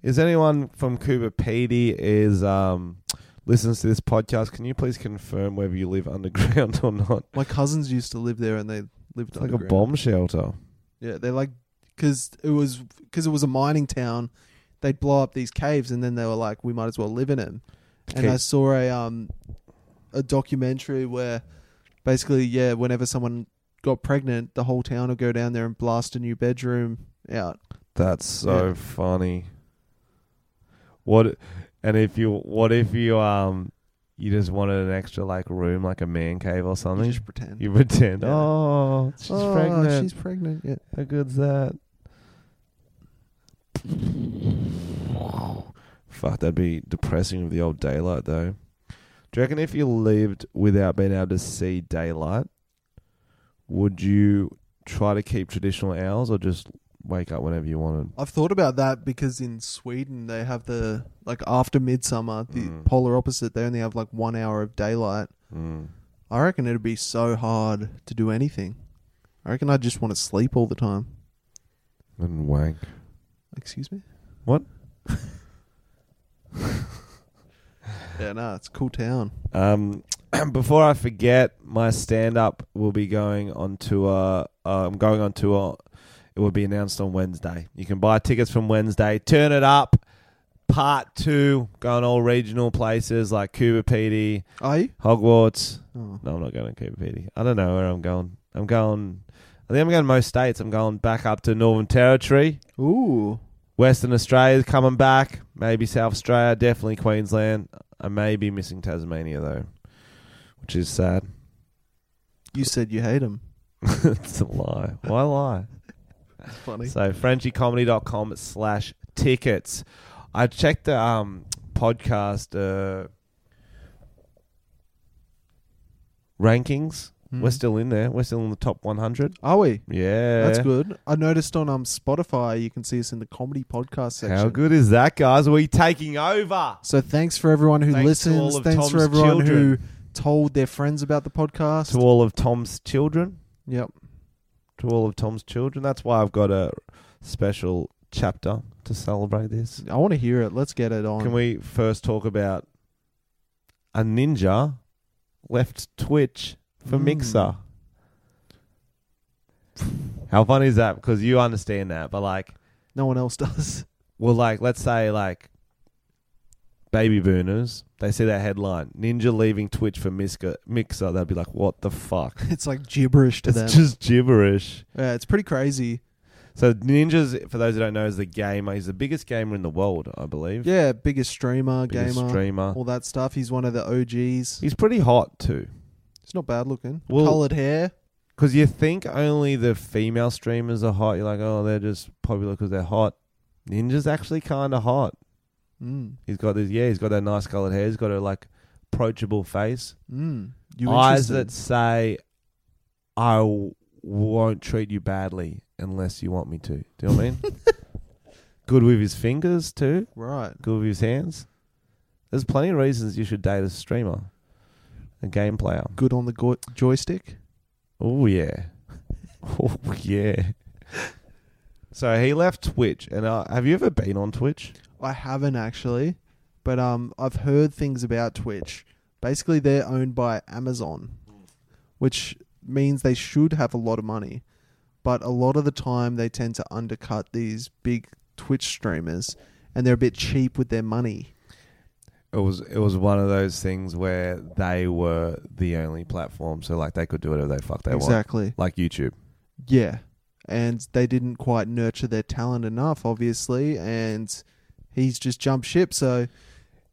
Speaker 2: Is anyone from Cubapedia is um listens to this podcast? Can you please confirm whether you live underground or not?
Speaker 3: My cousins used to live there and they lived
Speaker 2: It's like a
Speaker 3: underground.
Speaker 2: bomb shelter.
Speaker 3: Yeah, they like because it was because it was a mining town. They'd blow up these caves, and then they were like, "We might as well live in them." And
Speaker 2: Okay.
Speaker 3: I saw a um a documentary where basically, yeah, whenever someone got pregnant, the whole town would go down there and blast a new bedroom out.
Speaker 2: That's so
Speaker 3: Yeah.
Speaker 2: funny. What and if you what if you um you just wanted an extra like room like a man cave or
Speaker 3: You
Speaker 2: something?
Speaker 3: just pretend.
Speaker 2: You pretend.
Speaker 3: Yeah.
Speaker 2: Oh, she's
Speaker 3: oh,
Speaker 2: pregnant.
Speaker 3: She's pregnant. Yeah.
Speaker 2: How good's that? Fuck, that'd be depressing with the old daylight though. Do you reckon if you lived without being able to see daylight, would you try to keep traditional hours or just wake up whenever you wanted?
Speaker 3: I've thought about that because in Sweden they have the like after midsummer, the
Speaker 2: Mm.
Speaker 3: polar opposite. They only have like one hour of daylight.
Speaker 2: Mm.
Speaker 3: I reckon it'd be so hard to do anything. I reckon I'd just want to sleep all the time.
Speaker 2: And wank.
Speaker 3: Excuse me?
Speaker 2: What?
Speaker 3: Yeah, no, it's a cool town.
Speaker 2: Um, before I forget, my stand up will be going on tour. Uh, I'm going on tour. It will be announced on Wednesday. You can buy tickets from Wednesday. Turn it up. Part two, going all regional places like Cuba PD,
Speaker 3: Are you?
Speaker 2: Hogwarts.
Speaker 3: Oh.
Speaker 2: No, I'm not going to Cuba PD. I don't know where I'm going. I'm going. I think I'm going to most states. I'm going back up to Northern Territory.
Speaker 3: Ooh.
Speaker 2: Western Australia's coming back. Maybe South Australia. Definitely Queensland. I may be missing Tasmania though, which is sad.
Speaker 3: You said you hate him.
Speaker 2: it's a lie. Why lie?
Speaker 3: That's funny.
Speaker 2: So frenchiecomedy.com slash tickets. I checked the um, podcast. Uh, rankings. We're
Speaker 3: Mm.
Speaker 2: still in there. We're still in the top 100.
Speaker 3: Are we?
Speaker 2: Yeah.
Speaker 3: That's good. I noticed on um Spotify you can see us in the comedy podcast section.
Speaker 2: How good is that, guys? Are we taking over?
Speaker 3: So thanks for everyone who
Speaker 2: Thanks to all
Speaker 3: listens.
Speaker 2: of
Speaker 3: Thanks for
Speaker 2: Tom's
Speaker 3: everyone
Speaker 2: children.
Speaker 3: who told their friends about the podcast.
Speaker 2: To all of Tom's children.
Speaker 3: Yep.
Speaker 2: To all of Tom's children. That's why I've got a special chapter to celebrate this.
Speaker 3: I want to hear it. Let's get it on.
Speaker 2: Can we first talk about a ninja left Twitch for
Speaker 3: Mm.
Speaker 2: Mixer? How funny is that? Because you understand that, but like,
Speaker 3: no one else does.
Speaker 2: well, like, let's say like baby boomers, they see that headline, ninja leaving Twitch for Mixer, Mixer, they'd be like, what the fuck?
Speaker 3: It's like gibberish to
Speaker 2: It's
Speaker 3: them.
Speaker 2: just gibberish.
Speaker 3: yeah, it's pretty crazy.
Speaker 2: So ninjas, for those who don't know, is the gamer. He's the biggest gamer in the world, I believe.
Speaker 3: Yeah, biggest streamer,
Speaker 2: biggest
Speaker 3: gamer,
Speaker 2: streamer.
Speaker 3: all that stuff. He's one of the OGs.
Speaker 2: He's pretty hot too.
Speaker 3: It's not bad looking.
Speaker 2: Well-
Speaker 3: Colored hair.
Speaker 2: Because you think only the female streamers are hot. You're like, oh, they're just popular because they're hot. Ninja's actually kind of hot.
Speaker 3: Mm.
Speaker 2: He's got this, yeah, he's got that nice colored hair. He's got a like approachable face,
Speaker 3: Mm. You
Speaker 2: eyes
Speaker 3: interested?
Speaker 2: that say, "I w- won't treat you badly unless you want me to." Do you know what I mean? Good with his fingers too.
Speaker 3: Right.
Speaker 2: Good with his hands. There's plenty of reasons you should date a streamer, a game player.
Speaker 3: Good on the go- joystick.
Speaker 2: Oh yeah, oh yeah. So he left Twitch, and uh, have you ever been on Twitch?
Speaker 3: I haven't actually, but um, I've heard things about Twitch. Basically, they're owned by Amazon, which means they should have a lot of money, but a lot of the time they tend to undercut these big Twitch streamers, and they're a bit cheap with their money.
Speaker 2: It was it was one of those things where they were the only platform, so like they could do whatever they fuck they want,
Speaker 3: exactly.
Speaker 2: like YouTube.
Speaker 3: Yeah, and they didn't quite nurture their talent enough, obviously, and he's just jumped ship. So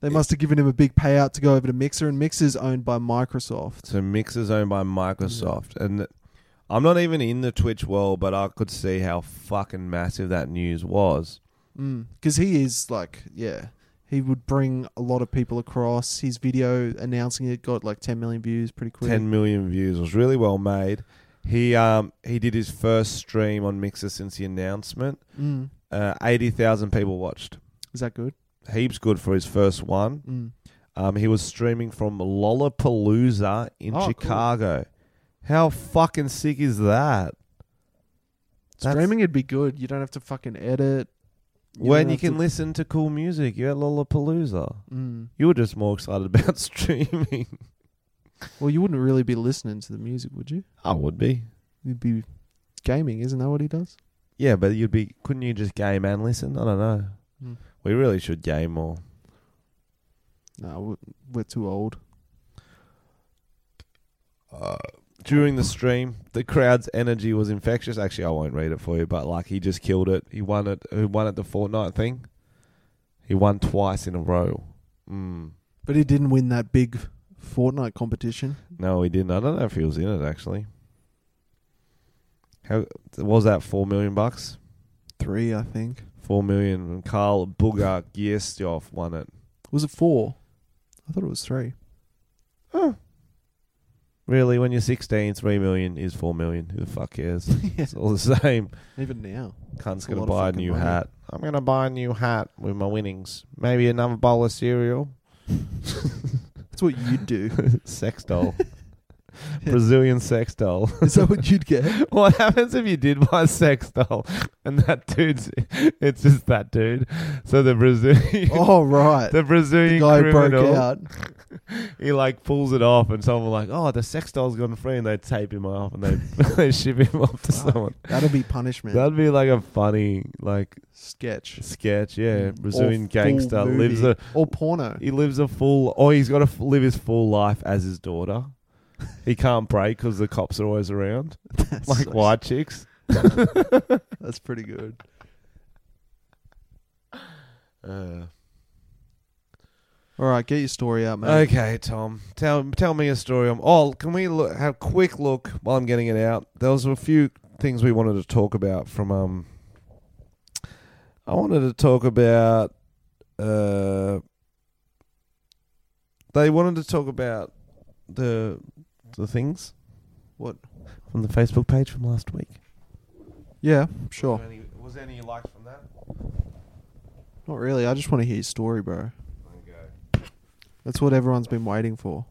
Speaker 3: they must have given him a big payout to go over to Mixer, and Mixer's owned by Microsoft.
Speaker 2: So Mixer's owned by Microsoft, and I'm not even in the Twitch world, but I could see how fucking massive that news was.
Speaker 3: because he is like yeah he would bring a lot of people across his video announcing it got like 10 million views pretty quick
Speaker 2: 10 million views. It was really well made. He um he did his first stream on Mixer since the announcement.
Speaker 3: mm.
Speaker 2: Uh, 80,000 people watched.
Speaker 3: is that good
Speaker 2: Heaps good for his first one.
Speaker 3: mm.
Speaker 2: Um, he was streaming from Lollapalooza in
Speaker 3: Oh, cool.
Speaker 2: Chicago. How fucking sick is that? That's-
Speaker 3: streaming would be good you don't have to fucking edit You
Speaker 2: when
Speaker 3: don't
Speaker 2: you
Speaker 3: have
Speaker 2: can
Speaker 3: to-
Speaker 2: listen to cool music, you're at Lollapalooza.
Speaker 3: mm.
Speaker 2: You were just more excited about streaming.
Speaker 3: well you wouldn't really be listening to the music would you
Speaker 2: I would be.
Speaker 3: you'd be gaming isn't that what he does
Speaker 2: Yeah, but you'd be. Couldn't you just game and listen? I don't know.
Speaker 3: Hmm.
Speaker 2: We really should game more.
Speaker 3: no we're, we're too old
Speaker 2: during the stream, the crowd's energy was infectious. Actually, I won't read it for you, but like he just killed it. He won it. He won at the Fortnite thing. He won twice in a row. Mm.
Speaker 3: but he didn't win that big Fortnite competition
Speaker 2: No, he didn't. I don't know if he was in it actually. How was that? Four million bucks.
Speaker 3: three I think
Speaker 2: Four million. And Carl Bugar Gierstjof won it.
Speaker 3: was it four I thought it was three
Speaker 2: Really, when you're 16, three million is four million. Who the fuck cares?
Speaker 3: yeah.
Speaker 2: It's all the same.
Speaker 3: even now
Speaker 2: Cunt's
Speaker 3: a
Speaker 2: gonna
Speaker 3: lot of
Speaker 2: buy a
Speaker 3: fucking
Speaker 2: new
Speaker 3: money.
Speaker 2: hat. I'm gonna buy a new hat with my winnings. Maybe another bowl of cereal.
Speaker 3: that's what you'd do
Speaker 2: sex doll. Brazilian sex doll.
Speaker 3: Is that what you'd get?
Speaker 2: what happens if you did buy a sex doll and that dude's it's just that dude. So the Brazilian
Speaker 3: Oh right,
Speaker 2: the Brazilian
Speaker 3: the guy
Speaker 2: criminal,
Speaker 3: broke out.
Speaker 2: he like pulls it off and someone like, Oh, the sex doll's gone free and they tape him off and they they ship him off to
Speaker 3: Fuck.
Speaker 2: someone.
Speaker 3: That'll be punishment.
Speaker 2: That'd be like a funny like
Speaker 3: sketch.
Speaker 2: sketch, yeah.
Speaker 3: Or
Speaker 2: Brazilian
Speaker 3: full
Speaker 2: gangster lives
Speaker 3: Mm. movie.
Speaker 2: a
Speaker 3: or porno.
Speaker 2: He lives a full. Oh, he's got to f- live his full life as his daughter. He can't break because the cops are always around,
Speaker 3: That's
Speaker 2: like
Speaker 3: so-
Speaker 2: white chicks.
Speaker 3: That's pretty good.
Speaker 2: Uh,
Speaker 3: All right, get your story out, mate.
Speaker 2: okay, Tom, tell tell me a story. Um, Oh, can we look, have a quick look while I'm getting it out? There was a few things we wanted to talk about from. Um, I wanted to talk about. Uh, they wanted to talk about the the things
Speaker 3: What?
Speaker 2: from the Facebook page from last week?
Speaker 3: Yeah, sure.
Speaker 2: Was there any you liked from that?
Speaker 3: Not really. I just want to hear your story, bro. That's what everyone's been waiting for.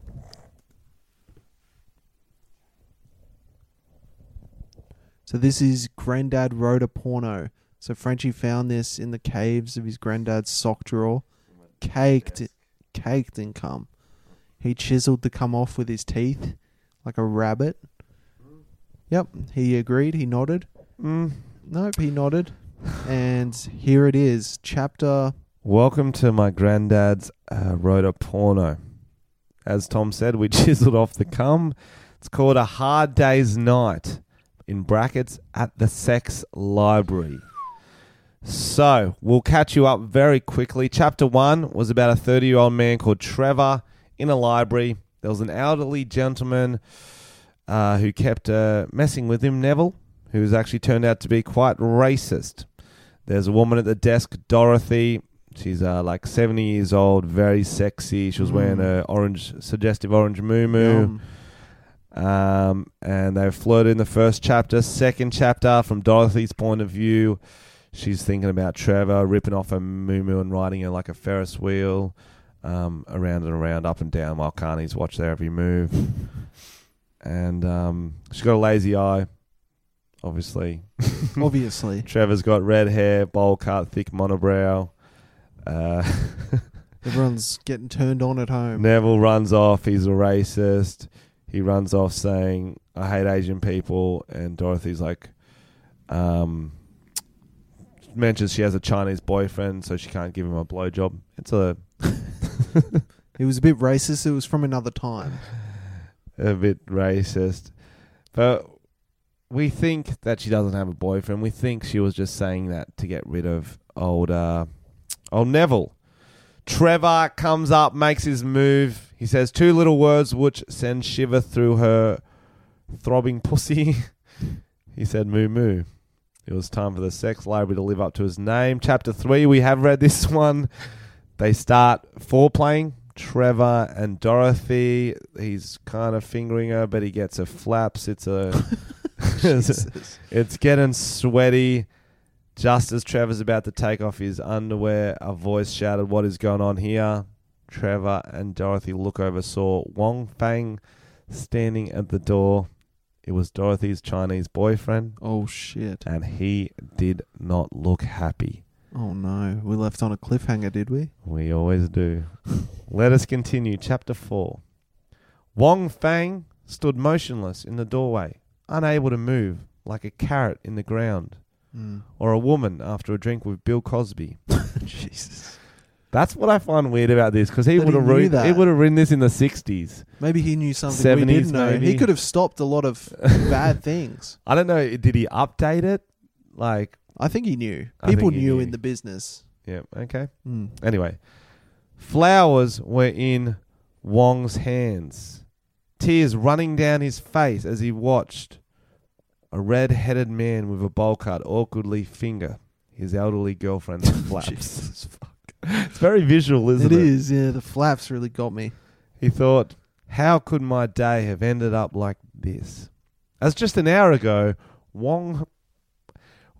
Speaker 3: So this is Granddad wrote a porno. So Frenchie found this in the caves of his granddad's sock drawer, caked, caked in cum. He chiseled the cum off with his teeth, like a rabbit. Yep, he agreed. He nodded.
Speaker 2: Mm.
Speaker 3: Nope, he nodded. And here it is, chapter
Speaker 2: Welcome to my granddad's uh, wrote a porno. As Tom said, we chiseled off the cum. It's called A Hard Day's Night, in brackets, at the Sex Library. So, we'll catch you up very quickly. Chapter one was about a 30 year old man called Trevor in a library. There was an elderly gentleman uh, who kept uh, messing with him, Neville, who's actually turned out to be quite racist. There's a woman at the desk, Dorothy. She's uh, like 70 years old, very sexy. She was wearing
Speaker 3: Mm.
Speaker 2: a orange, suggestive orange moo moo.
Speaker 3: um,
Speaker 2: Um, and they flirted in the first chapter. Second chapter, from Dorothy's point of view, she's thinking about Trevor ripping off her moo moo and riding her like a Ferris wheel um, around and around, up and down, while Carney's watch their every move. And um, she's got a lazy eye, obviously.
Speaker 3: obviously.
Speaker 2: Trevor's got red hair, bowl cut, thick monobrow. Uh,
Speaker 3: Everyone's getting turned on at home.
Speaker 2: Neville runs off. He's a racist. He runs off saying, "I hate Asian people," and Dorothy's like, um, mentions she has a Chinese boyfriend, so she can't give him a blowjob. It's a
Speaker 3: It was a bit racist. It was from another time.
Speaker 2: a bit racist, but we think that she doesn't have a boyfriend. We think she was just saying that to get rid of old uh, old Neville. Trevor comes up, makes his move. He says two little words which send shiver through her throbbing pussy. he said moo moo. It was time for the sex library to live up to his name. Chapter three, we have read this one. They start foreplaying. Trevor and Dorothy. He's kind of fingering her, but he gets her flaps. It's a
Speaker 3: Jesus.
Speaker 2: it's getting sweaty. Just as Trevor's about to take off his underwear, a voice shouted, What is going on here? Trevor and Dorothy look over, saw Wong Fang standing at the door. It was Dorothy's Chinese boyfriend,
Speaker 3: oh shit.
Speaker 2: and he did not look happy.
Speaker 3: Oh no. We left on a cliffhanger, did we?
Speaker 2: We always do. Let us continue. Chapter 4. Wong Fang stood motionless in the doorway, unable to move like a carrot in the ground,
Speaker 3: Mm.
Speaker 2: or a woman after a drink with Bill Cosby.
Speaker 3: Jesus.
Speaker 2: That's what I find weird about this, because he
Speaker 3: That he
Speaker 2: would have
Speaker 3: knew
Speaker 2: written,
Speaker 3: that.
Speaker 2: he would have written this in the 60s.
Speaker 3: Maybe he knew something we
Speaker 2: 70s
Speaker 3: didn't know. He
Speaker 2: maybe.
Speaker 3: could have stopped a lot of bad things.
Speaker 2: I don't know, did he update it? Like,
Speaker 3: I think he knew.
Speaker 2: I think
Speaker 3: People
Speaker 2: he
Speaker 3: knew
Speaker 2: knew. Hmm.
Speaker 3: in the business.
Speaker 2: yeah, okay.
Speaker 3: Mm.
Speaker 2: Anyway, flowers were in Wong's hands, tears running down his face as he watched a red headed man with a bowl cut awkwardly finger his elderly girlfriend's flaps.
Speaker 3: Jesus fuck.
Speaker 2: it's very visual, isn't it?
Speaker 3: it is. Yeah, the flaps really got me.
Speaker 2: He thought, how could my day have ended up like this? As just an hour ago, Wong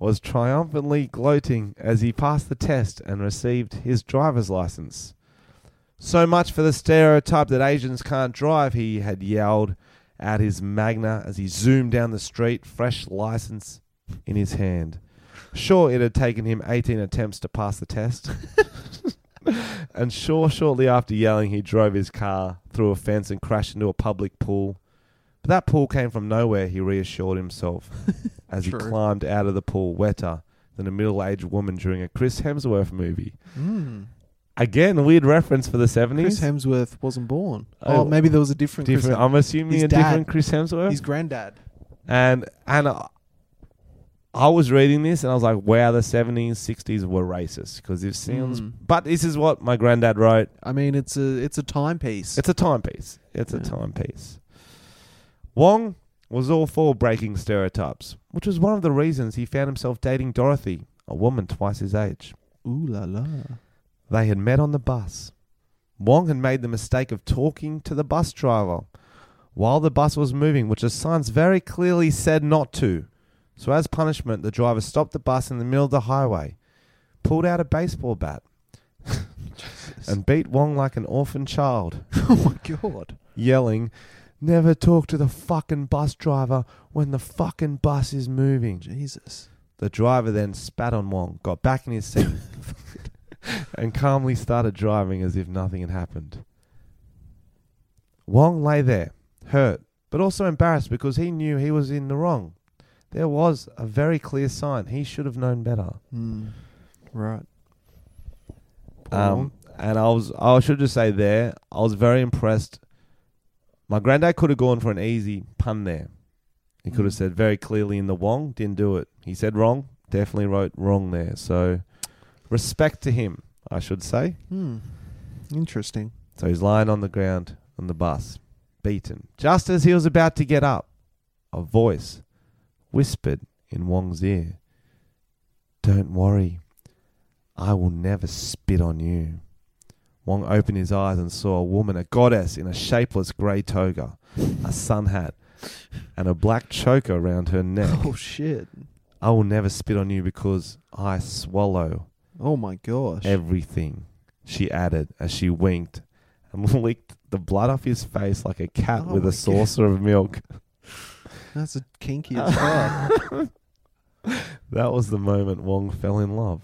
Speaker 2: was triumphantly gloating as he passed the test and received his driver's license. So much for the stereotype that Asians can't drive, he had yelled at his Magna as he zoomed down the street, fresh license in his hand. Sure, it had taken him 18 attempts to pass the test. And sure, shortly after yelling, he drove his car through a fence and crashed into a public pool. But that pool came from nowhere, he reassured himself as he
Speaker 3: True.
Speaker 2: climbed out of the pool wetter than a middle aged woman during a Chris Hemsworth movie.
Speaker 3: Mm.
Speaker 2: Again, a weird reference for the 70s.
Speaker 3: Chris Hemsworth wasn't born. Oh,
Speaker 2: Oh.
Speaker 3: maybe there was a different,
Speaker 2: different,
Speaker 3: Chris.
Speaker 2: I'm assuming
Speaker 3: his
Speaker 2: a
Speaker 3: dad.
Speaker 2: different Chris Hemsworth.
Speaker 3: His granddad.
Speaker 2: and and I, I was reading this and I was like, wow, the 70s, 60s were racist because it sounds.
Speaker 3: Mm.
Speaker 2: But this is what my granddad wrote.
Speaker 3: I mean, it's a it's a timepiece.
Speaker 2: It's a timepiece. It's a
Speaker 3: Yeah.
Speaker 2: timepiece. Wong was all for breaking stereotypes, which was one of the reasons he found himself dating Dorothy, a woman twice his age.
Speaker 3: Ooh la la.
Speaker 2: They had met on the bus. Wong had made the mistake of talking to the bus driver, while the bus was moving, which the signs very clearly said not to. So, as punishment, the driver stopped the bus in the middle of the highway, pulled out a baseball bat, and beat Wong like an orphan child,
Speaker 3: oh my god.
Speaker 2: yelling, Never talk to the fucking bus driver when the fucking bus is moving.
Speaker 3: Jesus.
Speaker 2: The driver then spat on Wong, got back in his seat, and calmly started driving as if nothing had happened. Wong lay there, hurt, but also embarrassed because he knew he was in the wrong. There was a very clear sign. He should have known better.
Speaker 3: Mm. Right. Poor
Speaker 2: Um,
Speaker 3: Wong.
Speaker 2: and I was, I should just say there, I was very impressed. My granddad could have gone for an easy pun there. He could have
Speaker 3: Mm.
Speaker 2: said very clearly in the wrong, didn't do it. He said wrong, definitely wrote wrong there. So respect to him, I should say.
Speaker 3: Hmm. Interesting.
Speaker 2: So he's lying on the ground on the bus, beaten. Just as he was about to get up, a voice whispered in Wong's ear Don't worry, I will never spit on you. Wong opened his eyes and saw a woman, a goddess, in a shapeless grey toga, a sun hat, and a black choker around her neck.
Speaker 3: Oh shit.
Speaker 2: I will never spit on you because I swallow
Speaker 3: Oh my gosh.
Speaker 2: everything, she added as she winked and licked the blood off his face like a cat
Speaker 3: Oh
Speaker 2: with
Speaker 3: my
Speaker 2: a saucer of milk.
Speaker 3: That's a kinky
Speaker 2: Uh,
Speaker 3: as fuck.
Speaker 2: That was the moment Wong fell in love.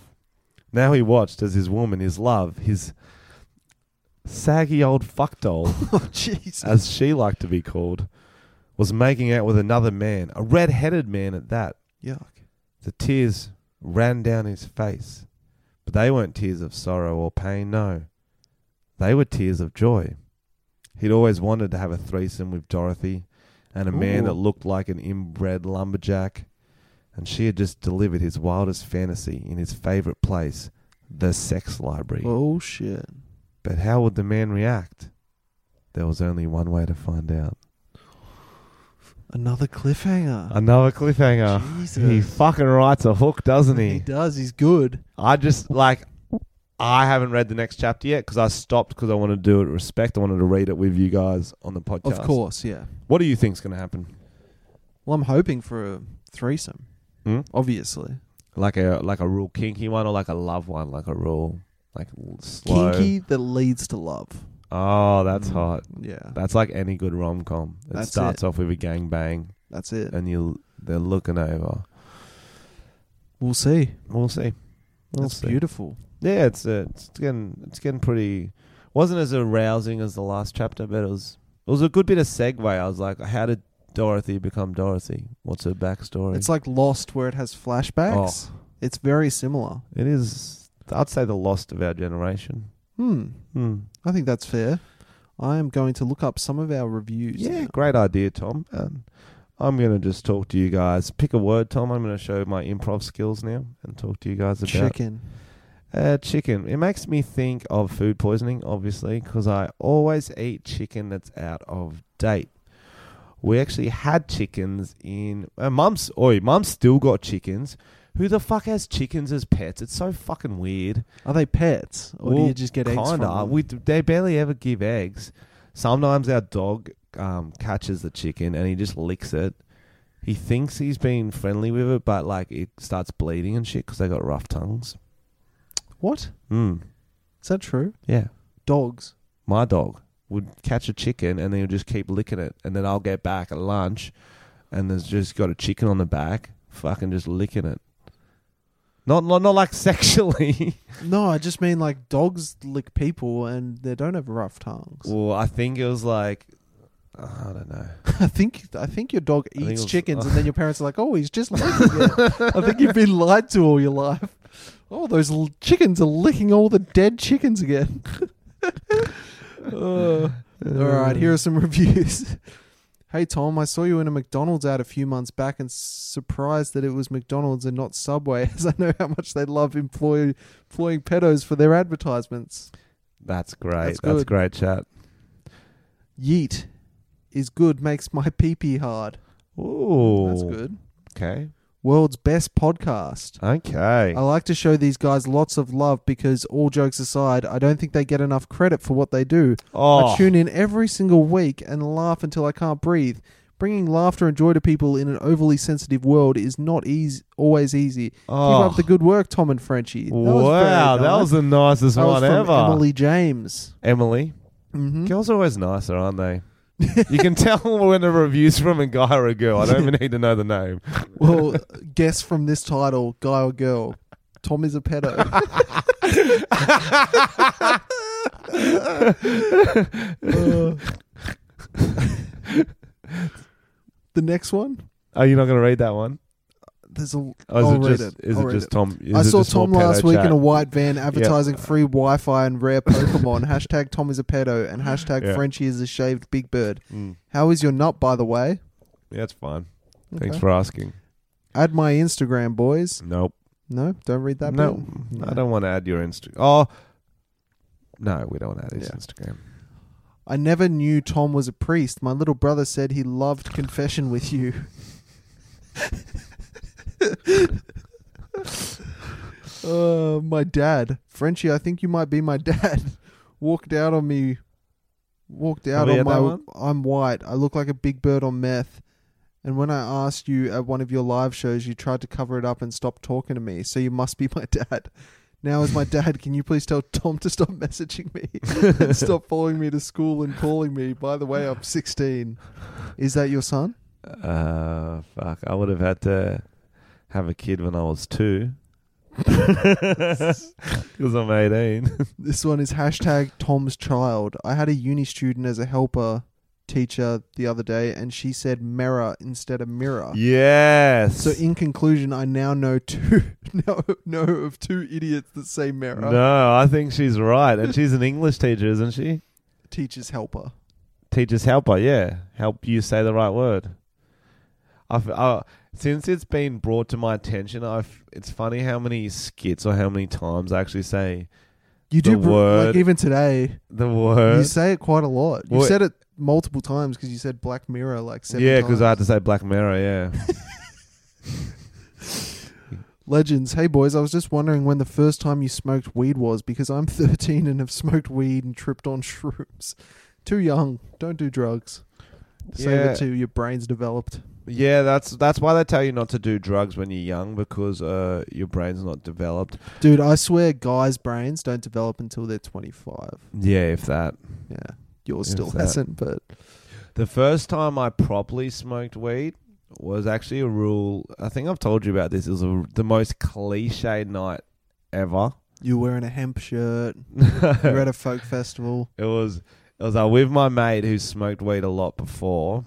Speaker 2: Now he watched as his woman, his love, his saggy old fuck doll,
Speaker 3: oh Jesus.
Speaker 2: as she liked to be called, was making out with another man, a red headed man at that.
Speaker 3: Yuck.
Speaker 2: The tears ran down his face, but they weren't tears of sorrow or pain, no. They were tears of joy. He'd always wanted to have a threesome with Dorothy and a man
Speaker 3: Ooh.
Speaker 2: that looked like an inbred lumberjack, and she had just delivered his wildest fantasy in his favorite place, the sex library.
Speaker 3: Oh shit.
Speaker 2: But how would the man react? There was only one way to find out.
Speaker 3: Another cliffhanger.
Speaker 2: Another cliffhanger.
Speaker 3: Jesus.
Speaker 2: He fucking writes a hook, doesn't
Speaker 3: he does. He's good.
Speaker 2: I just like I haven't read the next chapter yet because I stopped because I want to do it with respect. I wanted to read it with you guys on the podcast.
Speaker 3: Of course. Yeah.
Speaker 2: What do you think's going to happen?
Speaker 3: Well, I'm hoping for a threesome.
Speaker 2: Hmm?
Speaker 3: Obviously.
Speaker 2: Like a like a real kinky one or like a love one, like a real like l- slow.
Speaker 3: Kinky that leads to love.
Speaker 2: Oh, that's
Speaker 3: Mm.
Speaker 2: hot.
Speaker 3: Yeah.
Speaker 2: That's like any good rom com. It
Speaker 3: That's
Speaker 2: starts off with a gang bang
Speaker 3: That's it.
Speaker 2: and you they're looking over.
Speaker 3: We'll see.
Speaker 2: We'll see. We'll
Speaker 3: That's
Speaker 2: see.
Speaker 3: beautiful.
Speaker 2: Yeah, it's uh, it's getting it's getting pretty. wasn't as arousing as the last chapter, but it was it was a good bit of segue. I was like, how did Dorothy become Dorothy? What's her backstory?
Speaker 3: It's like Lost, where it has flashbacks.
Speaker 2: Oh.
Speaker 3: It's very similar.
Speaker 2: it is. I'd say the lost of our generation.
Speaker 3: Hmm.
Speaker 2: Hmm.
Speaker 3: I think that's fair. I am going to look up some of our reviews.
Speaker 2: Yeah,
Speaker 3: now.
Speaker 2: great idea, Tom. And I'm gonna just talk to you guys. Pick a word, Tom. I'm gonna show my improv skills now and talk to you guys about
Speaker 3: Chicken.
Speaker 2: Uh, chicken. It makes me think of food poisoning, obviously, because I always eat chicken that's out of date. We actually had chickens in. Uh, mum's. Oi, mum's still got chickens. Who the fuck has chickens as pets? It's so fucking weird.
Speaker 3: Are they pets, or do
Speaker 2: Well,
Speaker 3: you just get eggs from them?
Speaker 2: We, d- they barely ever give eggs. Sometimes our dog um, catches the chicken and he just licks it. He thinks he's being friendly with it, but like it starts bleeding and shit because they got rough tongues.
Speaker 3: what?
Speaker 2: Mm.
Speaker 3: Is that true?
Speaker 2: Yeah.
Speaker 3: Dogs.
Speaker 2: my dog would catch a chicken and then he'll just keep licking it and then I'll get back at lunch and there's just got a chicken on the back fucking just licking it. Not not, not like sexually.
Speaker 3: No, I just mean like dogs lick people and they don't have rough tongues.
Speaker 2: well, I think it was like I don't know.
Speaker 3: I think I think your dog
Speaker 2: think it
Speaker 3: eats
Speaker 2: was- uh,
Speaker 3: chickens, and then your parents are like, "Oh, he's just licking it." I think you've been lied to all your life. Oh, those l- chickens are licking all the dead chickens again. Uh, all right,
Speaker 2: um,
Speaker 3: here are some reviews. hey Tom, I saw you in a McDonald's ad a few months back, and s- surprised that it was McDonald's and not Subway, as I know how much they love employ- employing pedos for their advertisements.
Speaker 2: That's great. That's,
Speaker 3: That's good.
Speaker 2: great chat.
Speaker 3: Yeet is good, makes my pee pee hard.
Speaker 2: Ooh.
Speaker 3: That's good.
Speaker 2: Okay.
Speaker 3: World's Best Podcast.
Speaker 2: Okay.
Speaker 3: I like to show these guys lots of love because, all jokes aside, I don't think they get enough credit for what they do.
Speaker 2: Oh.
Speaker 3: I tune in every single week and laugh until I can't breathe. Bringing laughter and joy to people in an overly sensitive world is not easy, always easy.
Speaker 2: Oh.
Speaker 3: Keep up the good work, Tom and Frenchie. That was very
Speaker 2: wow, that
Speaker 3: nice.
Speaker 2: was the nicest
Speaker 3: That was
Speaker 2: one
Speaker 3: from
Speaker 2: ever.
Speaker 3: Emily Mm-hmm. James.
Speaker 2: Emily. Girls are always nicer, aren't they? you can tell when a review's from a guy or a girl. I don't even need to know the name.
Speaker 3: Well, guess from this title, guy or girl. Tom is a pedo. Uh. the next one,
Speaker 2: Are you not going to read that one?
Speaker 3: there's a.
Speaker 2: Or Oh, is
Speaker 3: I'll
Speaker 2: it
Speaker 3: read
Speaker 2: just,
Speaker 3: it.
Speaker 2: is
Speaker 3: I'll
Speaker 2: it
Speaker 3: read
Speaker 2: just Tom? Is
Speaker 3: I
Speaker 2: it
Speaker 3: saw
Speaker 2: just more
Speaker 3: Tom last
Speaker 2: pedo
Speaker 3: week
Speaker 2: chat?
Speaker 3: in a white van advertising free Wi-Fi and rare Pokemon. hashtag Tom is a pedo and hashtag
Speaker 2: Yeah.
Speaker 3: Frenchie is a shaved big bird. How is your nut, by the way?
Speaker 2: Mm. Yeah, that's fine. Thanks for asking.
Speaker 3: Add my Instagram, boys.
Speaker 2: Nope.
Speaker 3: No, don't read that.
Speaker 2: no,
Speaker 3: bit?
Speaker 2: I don't want to add your Instagram. Oh, no, we don't want to add his Instagram.
Speaker 3: I never knew Tom was a priest. My little brother said he loved confession with you. uh, my dad, Frenchie, I think you might be my dad. Walked out on me. Walked
Speaker 2: Have
Speaker 3: out
Speaker 2: we
Speaker 3: on
Speaker 2: had that
Speaker 3: my.
Speaker 2: one?
Speaker 3: I'm white. I look like a big bird on meth. And when I asked you at one of your live shows, you tried to cover it up and stop talking to me. So you must be my dad. Now, as my dad, can you please tell Tom to stop messaging me and stop following me to school and calling me? By the way, I'm 16. Is that your son?
Speaker 2: Uh, fuck. I would have had to have a kid when I was two. Because I'm 18.
Speaker 3: This one is hashtag Tom's child. I had a uni student as a helper teacher the other day, and she said mirror instead of mirror.
Speaker 2: yes.
Speaker 3: So, in conclusion, I now know two know, know of two idiots that say mirror.
Speaker 2: no, I think she's right. And she's an English teacher, isn't she?
Speaker 3: Teacher's helper.
Speaker 2: Teacher's helper, yeah. Help you say the right word. I've, uh, since it's been brought to my attention, I've, it's funny how many skits or how many times I actually say
Speaker 3: You
Speaker 2: The
Speaker 3: do br-
Speaker 2: word-
Speaker 3: like even today.
Speaker 2: the word.
Speaker 3: You say it quite a lot. You
Speaker 2: Well-
Speaker 3: have said it multiple times because you said Black Mirror like seven
Speaker 2: yeah,
Speaker 3: times.
Speaker 2: because I had to say Black Mirror, yeah.
Speaker 3: Legends. Hey boys, I was just wondering when the first time you smoked weed was because I'm 13 and have smoked weed and tripped on shrooms. Too young. Don't do drugs. Save
Speaker 2: Yeah.
Speaker 3: it till your brain's developed.
Speaker 2: yeah, that's that's why they tell you not to do drugs when you're young because uh, your brain's not developed.
Speaker 3: Dude, I swear guys' brains don't develop until they're 25.
Speaker 2: Yeah, if that.
Speaker 3: Yeah. Yours
Speaker 2: Is
Speaker 3: still
Speaker 2: that-
Speaker 3: hasn't, but
Speaker 2: The first time I properly smoked weed was actually a rule. I think I've told you about this. It was a, the most cliche night ever.
Speaker 3: you're wearing a hemp shirt. You're
Speaker 2: it
Speaker 3: at a folk festival.
Speaker 2: was it was uh, with my mate who smoked weed a lot before,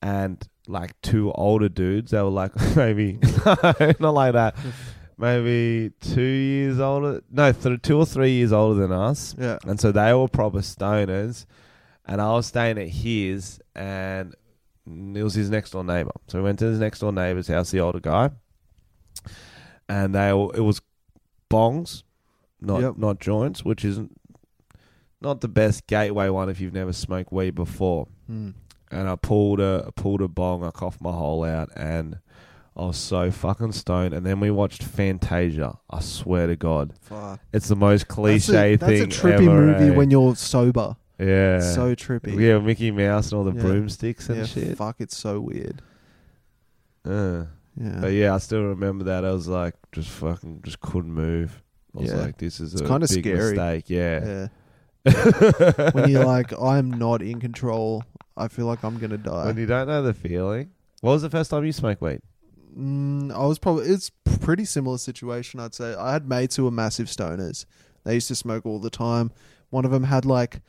Speaker 2: and like two older dudes. They were like maybe not like that. Maybe two years older, no, th- two or three years older than us.
Speaker 3: Yeah.
Speaker 2: And so they were proper stoners. And I was staying at his, and it was his next door neighbor. So we went to his next door neighbor's house, the older guy. And they were, it was bongs, not
Speaker 3: Yep.
Speaker 2: not joints, which isn't not the best gateway one if you've never smoked weed before.
Speaker 3: Mm.
Speaker 2: And I pulled a I pulled a bong, I coughed my hole out, and I was so fucking stoned. And then we watched Fantasia. I swear to God,
Speaker 3: Fuck.
Speaker 2: it's the most cliche
Speaker 3: that's a,
Speaker 2: thing.
Speaker 3: That's a trippy
Speaker 2: ever,
Speaker 3: movie
Speaker 2: eh?
Speaker 3: when you're sober.
Speaker 2: Yeah.
Speaker 3: So trippy.
Speaker 2: Yeah, Mickey Mouse and all the
Speaker 3: Yeah.
Speaker 2: broomsticks and
Speaker 3: Yeah,
Speaker 2: shit.
Speaker 3: Fuck, it's so weird.
Speaker 2: Uh,
Speaker 3: Yeah.
Speaker 2: But yeah, I still remember that. I was like, just fucking, just couldn't move. I was
Speaker 3: Yeah.
Speaker 2: like, this is
Speaker 3: It's
Speaker 2: a
Speaker 3: kinda
Speaker 2: big
Speaker 3: scary.
Speaker 2: mistake. Yeah.
Speaker 3: Yeah. when you're like, I'm not in control. I feel like I'm gonna die.
Speaker 2: When you don't know the feeling. What was the first time you smoked weed?
Speaker 3: mm, I was probably it's pretty similar situation. I'd say I had mates who were massive stoners. They used to smoke all the time. One of them had like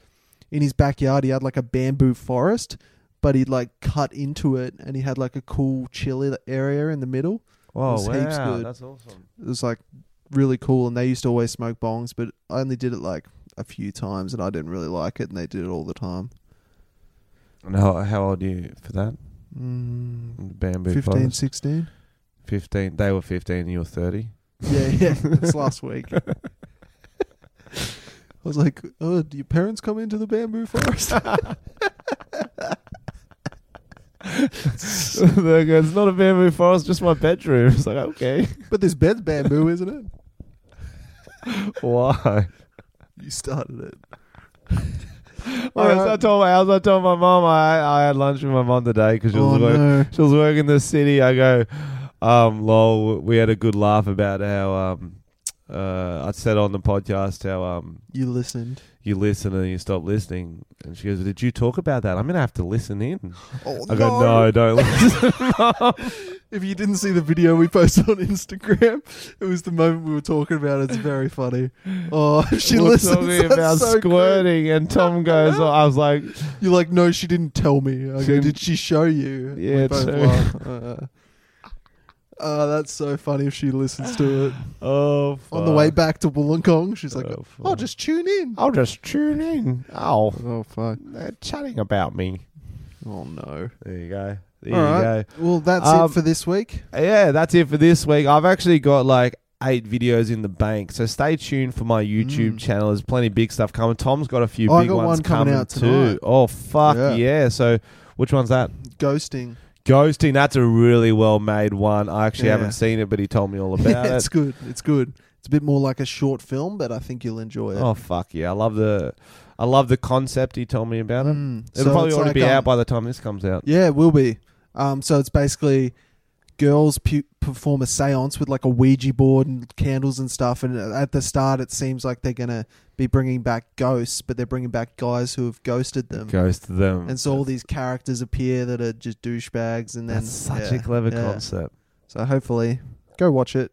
Speaker 3: in his backyard. He had like a bamboo forest, but he'd like cut into it, and he had like a cool chilly area in the middle.
Speaker 2: Oh,
Speaker 3: was heaps
Speaker 2: wow.
Speaker 3: good.
Speaker 2: That's awesome.
Speaker 3: it was like really cool and they used to always smoke bongs but i only did it like a few times and i didn't really like it and they did it all the time
Speaker 2: And how, how old are you for that?
Speaker 3: mm,
Speaker 2: Bamboo
Speaker 3: 15
Speaker 2: forest?
Speaker 3: 16
Speaker 2: 15. They were 15, you were 30.
Speaker 3: yeah yeah it's last week i was like oh do your parents come into the bamboo forest Forest.
Speaker 2: they go, it's not a bamboo forest, just my bedroom. It's like, okay.
Speaker 3: but this bed's bamboo, isn't it?
Speaker 2: Why?
Speaker 3: You started it.
Speaker 2: I was- I told my, I was- I told my mom I, I had lunch with my mom today because she,
Speaker 3: Oh,
Speaker 2: was work-
Speaker 3: no.
Speaker 2: she was working in the city. I go, um, lol, we had a good laugh about how um, uh, I said on the podcast how um,
Speaker 3: You listened.
Speaker 2: you listen and you stop listening. And she goes, Did you talk about that? I'm going to have to listen in.
Speaker 3: Oh,
Speaker 2: I go, No, don't listen.
Speaker 3: If you didn't see the video we posted on Instagram, it was the moment we were talking about. It's very funny. Oh, if she
Speaker 2: We're
Speaker 3: listens.
Speaker 2: talking
Speaker 3: That's
Speaker 2: about
Speaker 3: so good.
Speaker 2: squirting. And Tom goes, "Oh," I was like,
Speaker 3: You're like, no, she didn't tell me. I
Speaker 2: She
Speaker 3: go,
Speaker 2: didn't-
Speaker 3: did she show you? We
Speaker 2: Yeah,
Speaker 3: both
Speaker 2: so-
Speaker 3: laugh. Uh, oh, that's so funny if she listens to it.
Speaker 2: Oh,
Speaker 3: On the way
Speaker 2: fuck.
Speaker 3: back to Wollongong, she's like,
Speaker 2: Oh,
Speaker 3: I'll
Speaker 2: fuck.
Speaker 3: just tune in.
Speaker 2: I'll just tune in. Oh,
Speaker 3: Oh, fuck.
Speaker 2: they're chatting about me.
Speaker 3: Oh, no.
Speaker 2: There you go. There
Speaker 3: All
Speaker 2: you
Speaker 3: right.
Speaker 2: go.
Speaker 3: Well, that's
Speaker 2: Um,
Speaker 3: it for this week.
Speaker 2: Yeah, that's it for this week. I've actually got like eight videos in the bank, so stay tuned for my YouTube channel. There's plenty of big stuff coming. Tom's got a few
Speaker 3: Oh, Mm. I
Speaker 2: big
Speaker 3: got
Speaker 2: ones
Speaker 3: one coming out tonight.
Speaker 2: too. Oh fuck
Speaker 3: Yeah.
Speaker 2: yeah. So which one's that?
Speaker 3: Ghosting.
Speaker 2: Ghosting. That's a really well made one. I actually
Speaker 3: Yeah.
Speaker 2: haven't seen it, but he told me all about
Speaker 3: it's
Speaker 2: it.
Speaker 3: good. It's good. It's a bit more like a short film, but I think you'll enjoy it.
Speaker 2: Oh fuck yeah! I love the, I love the concept he told me about it.
Speaker 3: Mm.
Speaker 2: It'll
Speaker 3: So
Speaker 2: probably
Speaker 3: it's
Speaker 2: already
Speaker 3: like,
Speaker 2: be
Speaker 3: um,
Speaker 2: out by the time this comes out.
Speaker 3: Yeah, it will be. Um, so it's basically girls pu- perform a seance with like a Ouija board and candles and stuff. And at the start, it seems like they're going to be bringing back ghosts, but they're bringing back guys who have ghosted them.
Speaker 2: Ghost to them.
Speaker 3: And so all these characters appear that are just douchebags. And then
Speaker 2: that's such
Speaker 3: yeah,
Speaker 2: a clever
Speaker 3: yeah.
Speaker 2: concept.
Speaker 3: So hopefully, go watch it.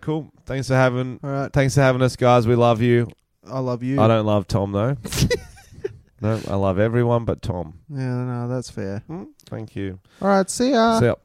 Speaker 2: Cool. Thanks for having.
Speaker 3: All right.
Speaker 2: Thanks for having us, guys. We love you.
Speaker 3: I love you.
Speaker 2: I don't love Tom though. no, I love everyone but Tom.
Speaker 3: Yeah, no, that's fair.
Speaker 2: Thank you.
Speaker 3: All right. See ya.
Speaker 2: So-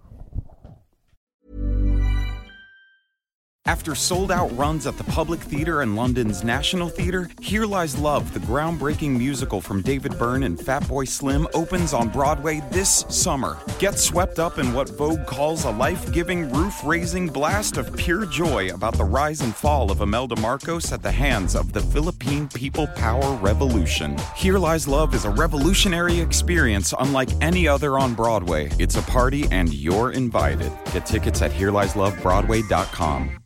Speaker 1: After sold out runs at the Public Theatre and London's National Theatre, Here Lies Love, the groundbreaking musical from David Byrne and Fatboy Slim, opens on Broadway this summer. Get swept up in what Vogue calls a life giving, roof raising blast of pure joy about the rise and fall of Imelda Marcos at the hands of the Philippine People Power Revolution. Here Lies Love is a revolutionary experience unlike any other on Broadway. It's a party, and you're invited. Get tickets at HereLiesLoveBroadway.com.